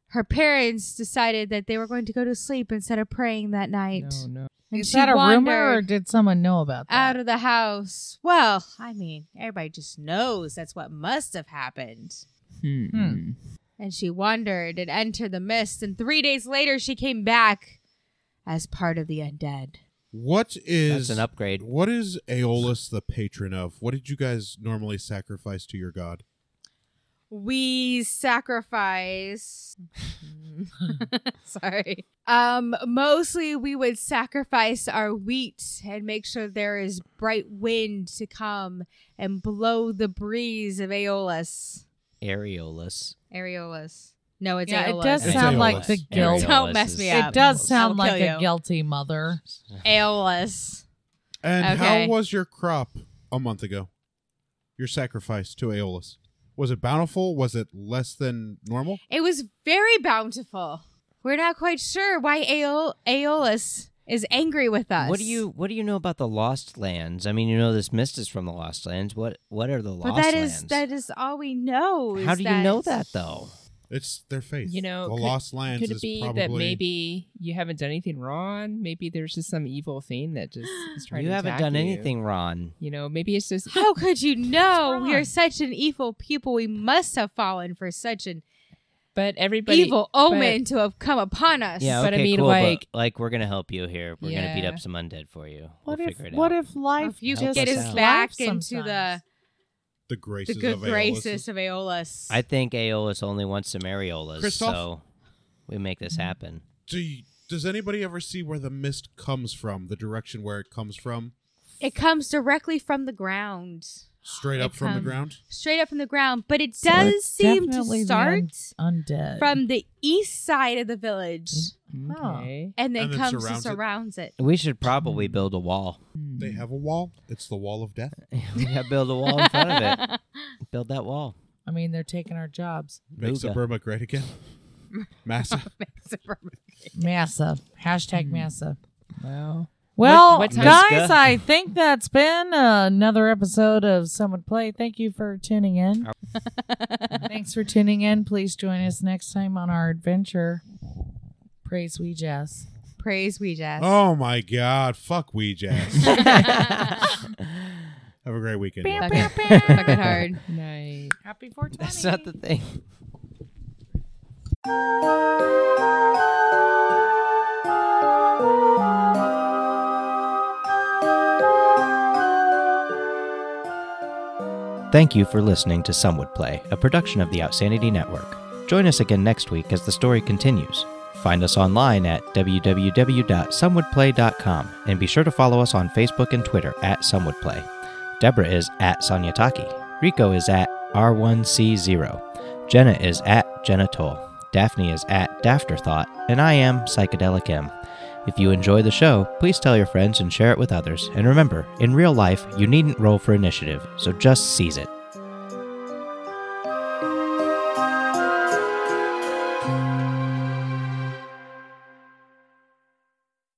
Speaker 6: her parents decided that they were going to go to sleep instead of praying that night.
Speaker 7: No, no.
Speaker 6: And
Speaker 5: Is
Speaker 6: she
Speaker 5: that a rumor, or
Speaker 6: wandered
Speaker 5: did someone know about that?
Speaker 6: Out of the house. Well, I mean, everybody just knows that's what must have happened.
Speaker 7: Hmm.
Speaker 5: Hmm.
Speaker 6: and she wandered and entered the mist. And three days later, she came back as part of the undead.
Speaker 3: What is
Speaker 4: That's an upgrade.
Speaker 3: What is Aeolus the patron of? What did you guys normally sacrifice to your god?
Speaker 6: we sacrifice sorry um mostly we would sacrifice our wheat and make sure there is bright wind to come and blow the breeze of aeolus
Speaker 4: Areolus.
Speaker 6: aeolus no it's
Speaker 5: Yeah, it
Speaker 6: aeolus
Speaker 5: does
Speaker 3: It's
Speaker 5: sound like
Speaker 3: Aeolus.
Speaker 5: the guilt.
Speaker 6: Aeolus. Don't mess me
Speaker 4: is-
Speaker 6: up.
Speaker 5: It does sound
Speaker 6: I will
Speaker 5: like
Speaker 6: kill
Speaker 5: a
Speaker 6: you.
Speaker 5: guilty mother.
Speaker 6: aeolus
Speaker 3: And
Speaker 6: Okay.
Speaker 3: how was your crop a month ago? Your sacrifice to Aeolus. Was it bountiful? Was it less than normal?
Speaker 6: it was very bountiful we're not quite sure why Aeol- aeolus is angry with us
Speaker 4: What do you What do you know about the Lost Lands? I mean, you know this mist is from the Lost Lands. What What are the
Speaker 6: but
Speaker 4: Lost
Speaker 6: that
Speaker 4: Lands?
Speaker 6: is that is all we know
Speaker 4: How
Speaker 6: is
Speaker 4: do you know that though?
Speaker 3: It's their faith.
Speaker 7: You know,
Speaker 3: the
Speaker 7: could-
Speaker 3: lost lands
Speaker 7: Could it
Speaker 3: is
Speaker 7: be
Speaker 3: probably
Speaker 7: that maybe you haven't done anything wrong? Maybe there's just some evil thing that just is trying
Speaker 4: You
Speaker 7: to
Speaker 4: haven't
Speaker 7: attack
Speaker 4: done
Speaker 7: you.
Speaker 4: anything, Ron.
Speaker 7: You know, maybe it's just
Speaker 6: How could you know? We
Speaker 7: wrong?
Speaker 6: are such an evil people. We must have fallen for such an
Speaker 7: but everybody
Speaker 6: evil omen to have come upon us.
Speaker 4: Yeah,
Speaker 7: But I
Speaker 4: okay,
Speaker 7: mean,
Speaker 4: cool,
Speaker 7: like-
Speaker 4: but, like we're gonna help you here. We're gonna beat
Speaker 7: Yeah.
Speaker 4: up some undead for you.
Speaker 5: What
Speaker 4: we'll
Speaker 5: if
Speaker 4: figure it
Speaker 5: What
Speaker 4: out.
Speaker 5: if life
Speaker 6: If you
Speaker 4: Help
Speaker 5: just
Speaker 6: get
Speaker 4: us
Speaker 6: us
Speaker 4: out.
Speaker 6: back
Speaker 5: life
Speaker 6: into the
Speaker 5: sometimes?
Speaker 6: the
Speaker 3: the graces
Speaker 6: good
Speaker 3: of Aeolus.
Speaker 6: graces of Aeolus.
Speaker 4: I think Aeolus only wants some Areolas,
Speaker 3: Christoph?
Speaker 4: so we make
Speaker 7: Mm-hmm.
Speaker 4: this happen.
Speaker 3: Do you- does anybody ever see where the mist comes from? The direction where it comes from,
Speaker 6: it comes directly from the ground,
Speaker 3: straight
Speaker 6: It
Speaker 3: up from the
Speaker 6: comes-
Speaker 3: ground.
Speaker 6: straight up from the ground. But it does seem to
Speaker 5: Definitely the
Speaker 6: start
Speaker 5: un- undead Hmm.
Speaker 6: from Oh. the east side of the village
Speaker 7: Okay.
Speaker 6: and then
Speaker 3: And then
Speaker 6: comes and
Speaker 3: surrounds it.
Speaker 6: surrounds it.
Speaker 4: We should probably build a wall.
Speaker 6: Mm-hmm.
Speaker 3: They have a wall. It's the wall of death.
Speaker 4: we gotta build a wall in front of it. Build that wall.
Speaker 5: I mean, they're taking our jobs.
Speaker 3: Makes
Speaker 4: Buga.
Speaker 3: Burma great again. Massa.
Speaker 5: Massa. Hashtag Massa.
Speaker 7: Well,
Speaker 5: Well,
Speaker 7: what time-
Speaker 5: guys, I think that's been another episode of Someone Play. Thank you for tuning in. Thanks for tuning in. Please join us next time on our adventure. Praise we Jess.
Speaker 6: Praise we Jess.
Speaker 3: Oh my God! Fuck we jazz. Have a great weekend. y'all.
Speaker 6: Fucking, fucking hard.
Speaker 7: night.
Speaker 5: Happy 420.
Speaker 4: That's not the thing. Thank you for listening to Some Would Play, a production of the Outsanity Network. Join us again next week as the story continues. Find us online at www.somewouldplay.com and be sure to follow us on Facebook and Twitter at Some Would Play. Deborah is at Sonia Taki. Rico is at R1C0. Jenna is at Jenna Toll. Daphne is at Dafterthought. And I am Psychedelic M. If you enjoy the show, please tell your friends and share it with others. And remember, in real life, you needn't roll for initiative, so just seize it.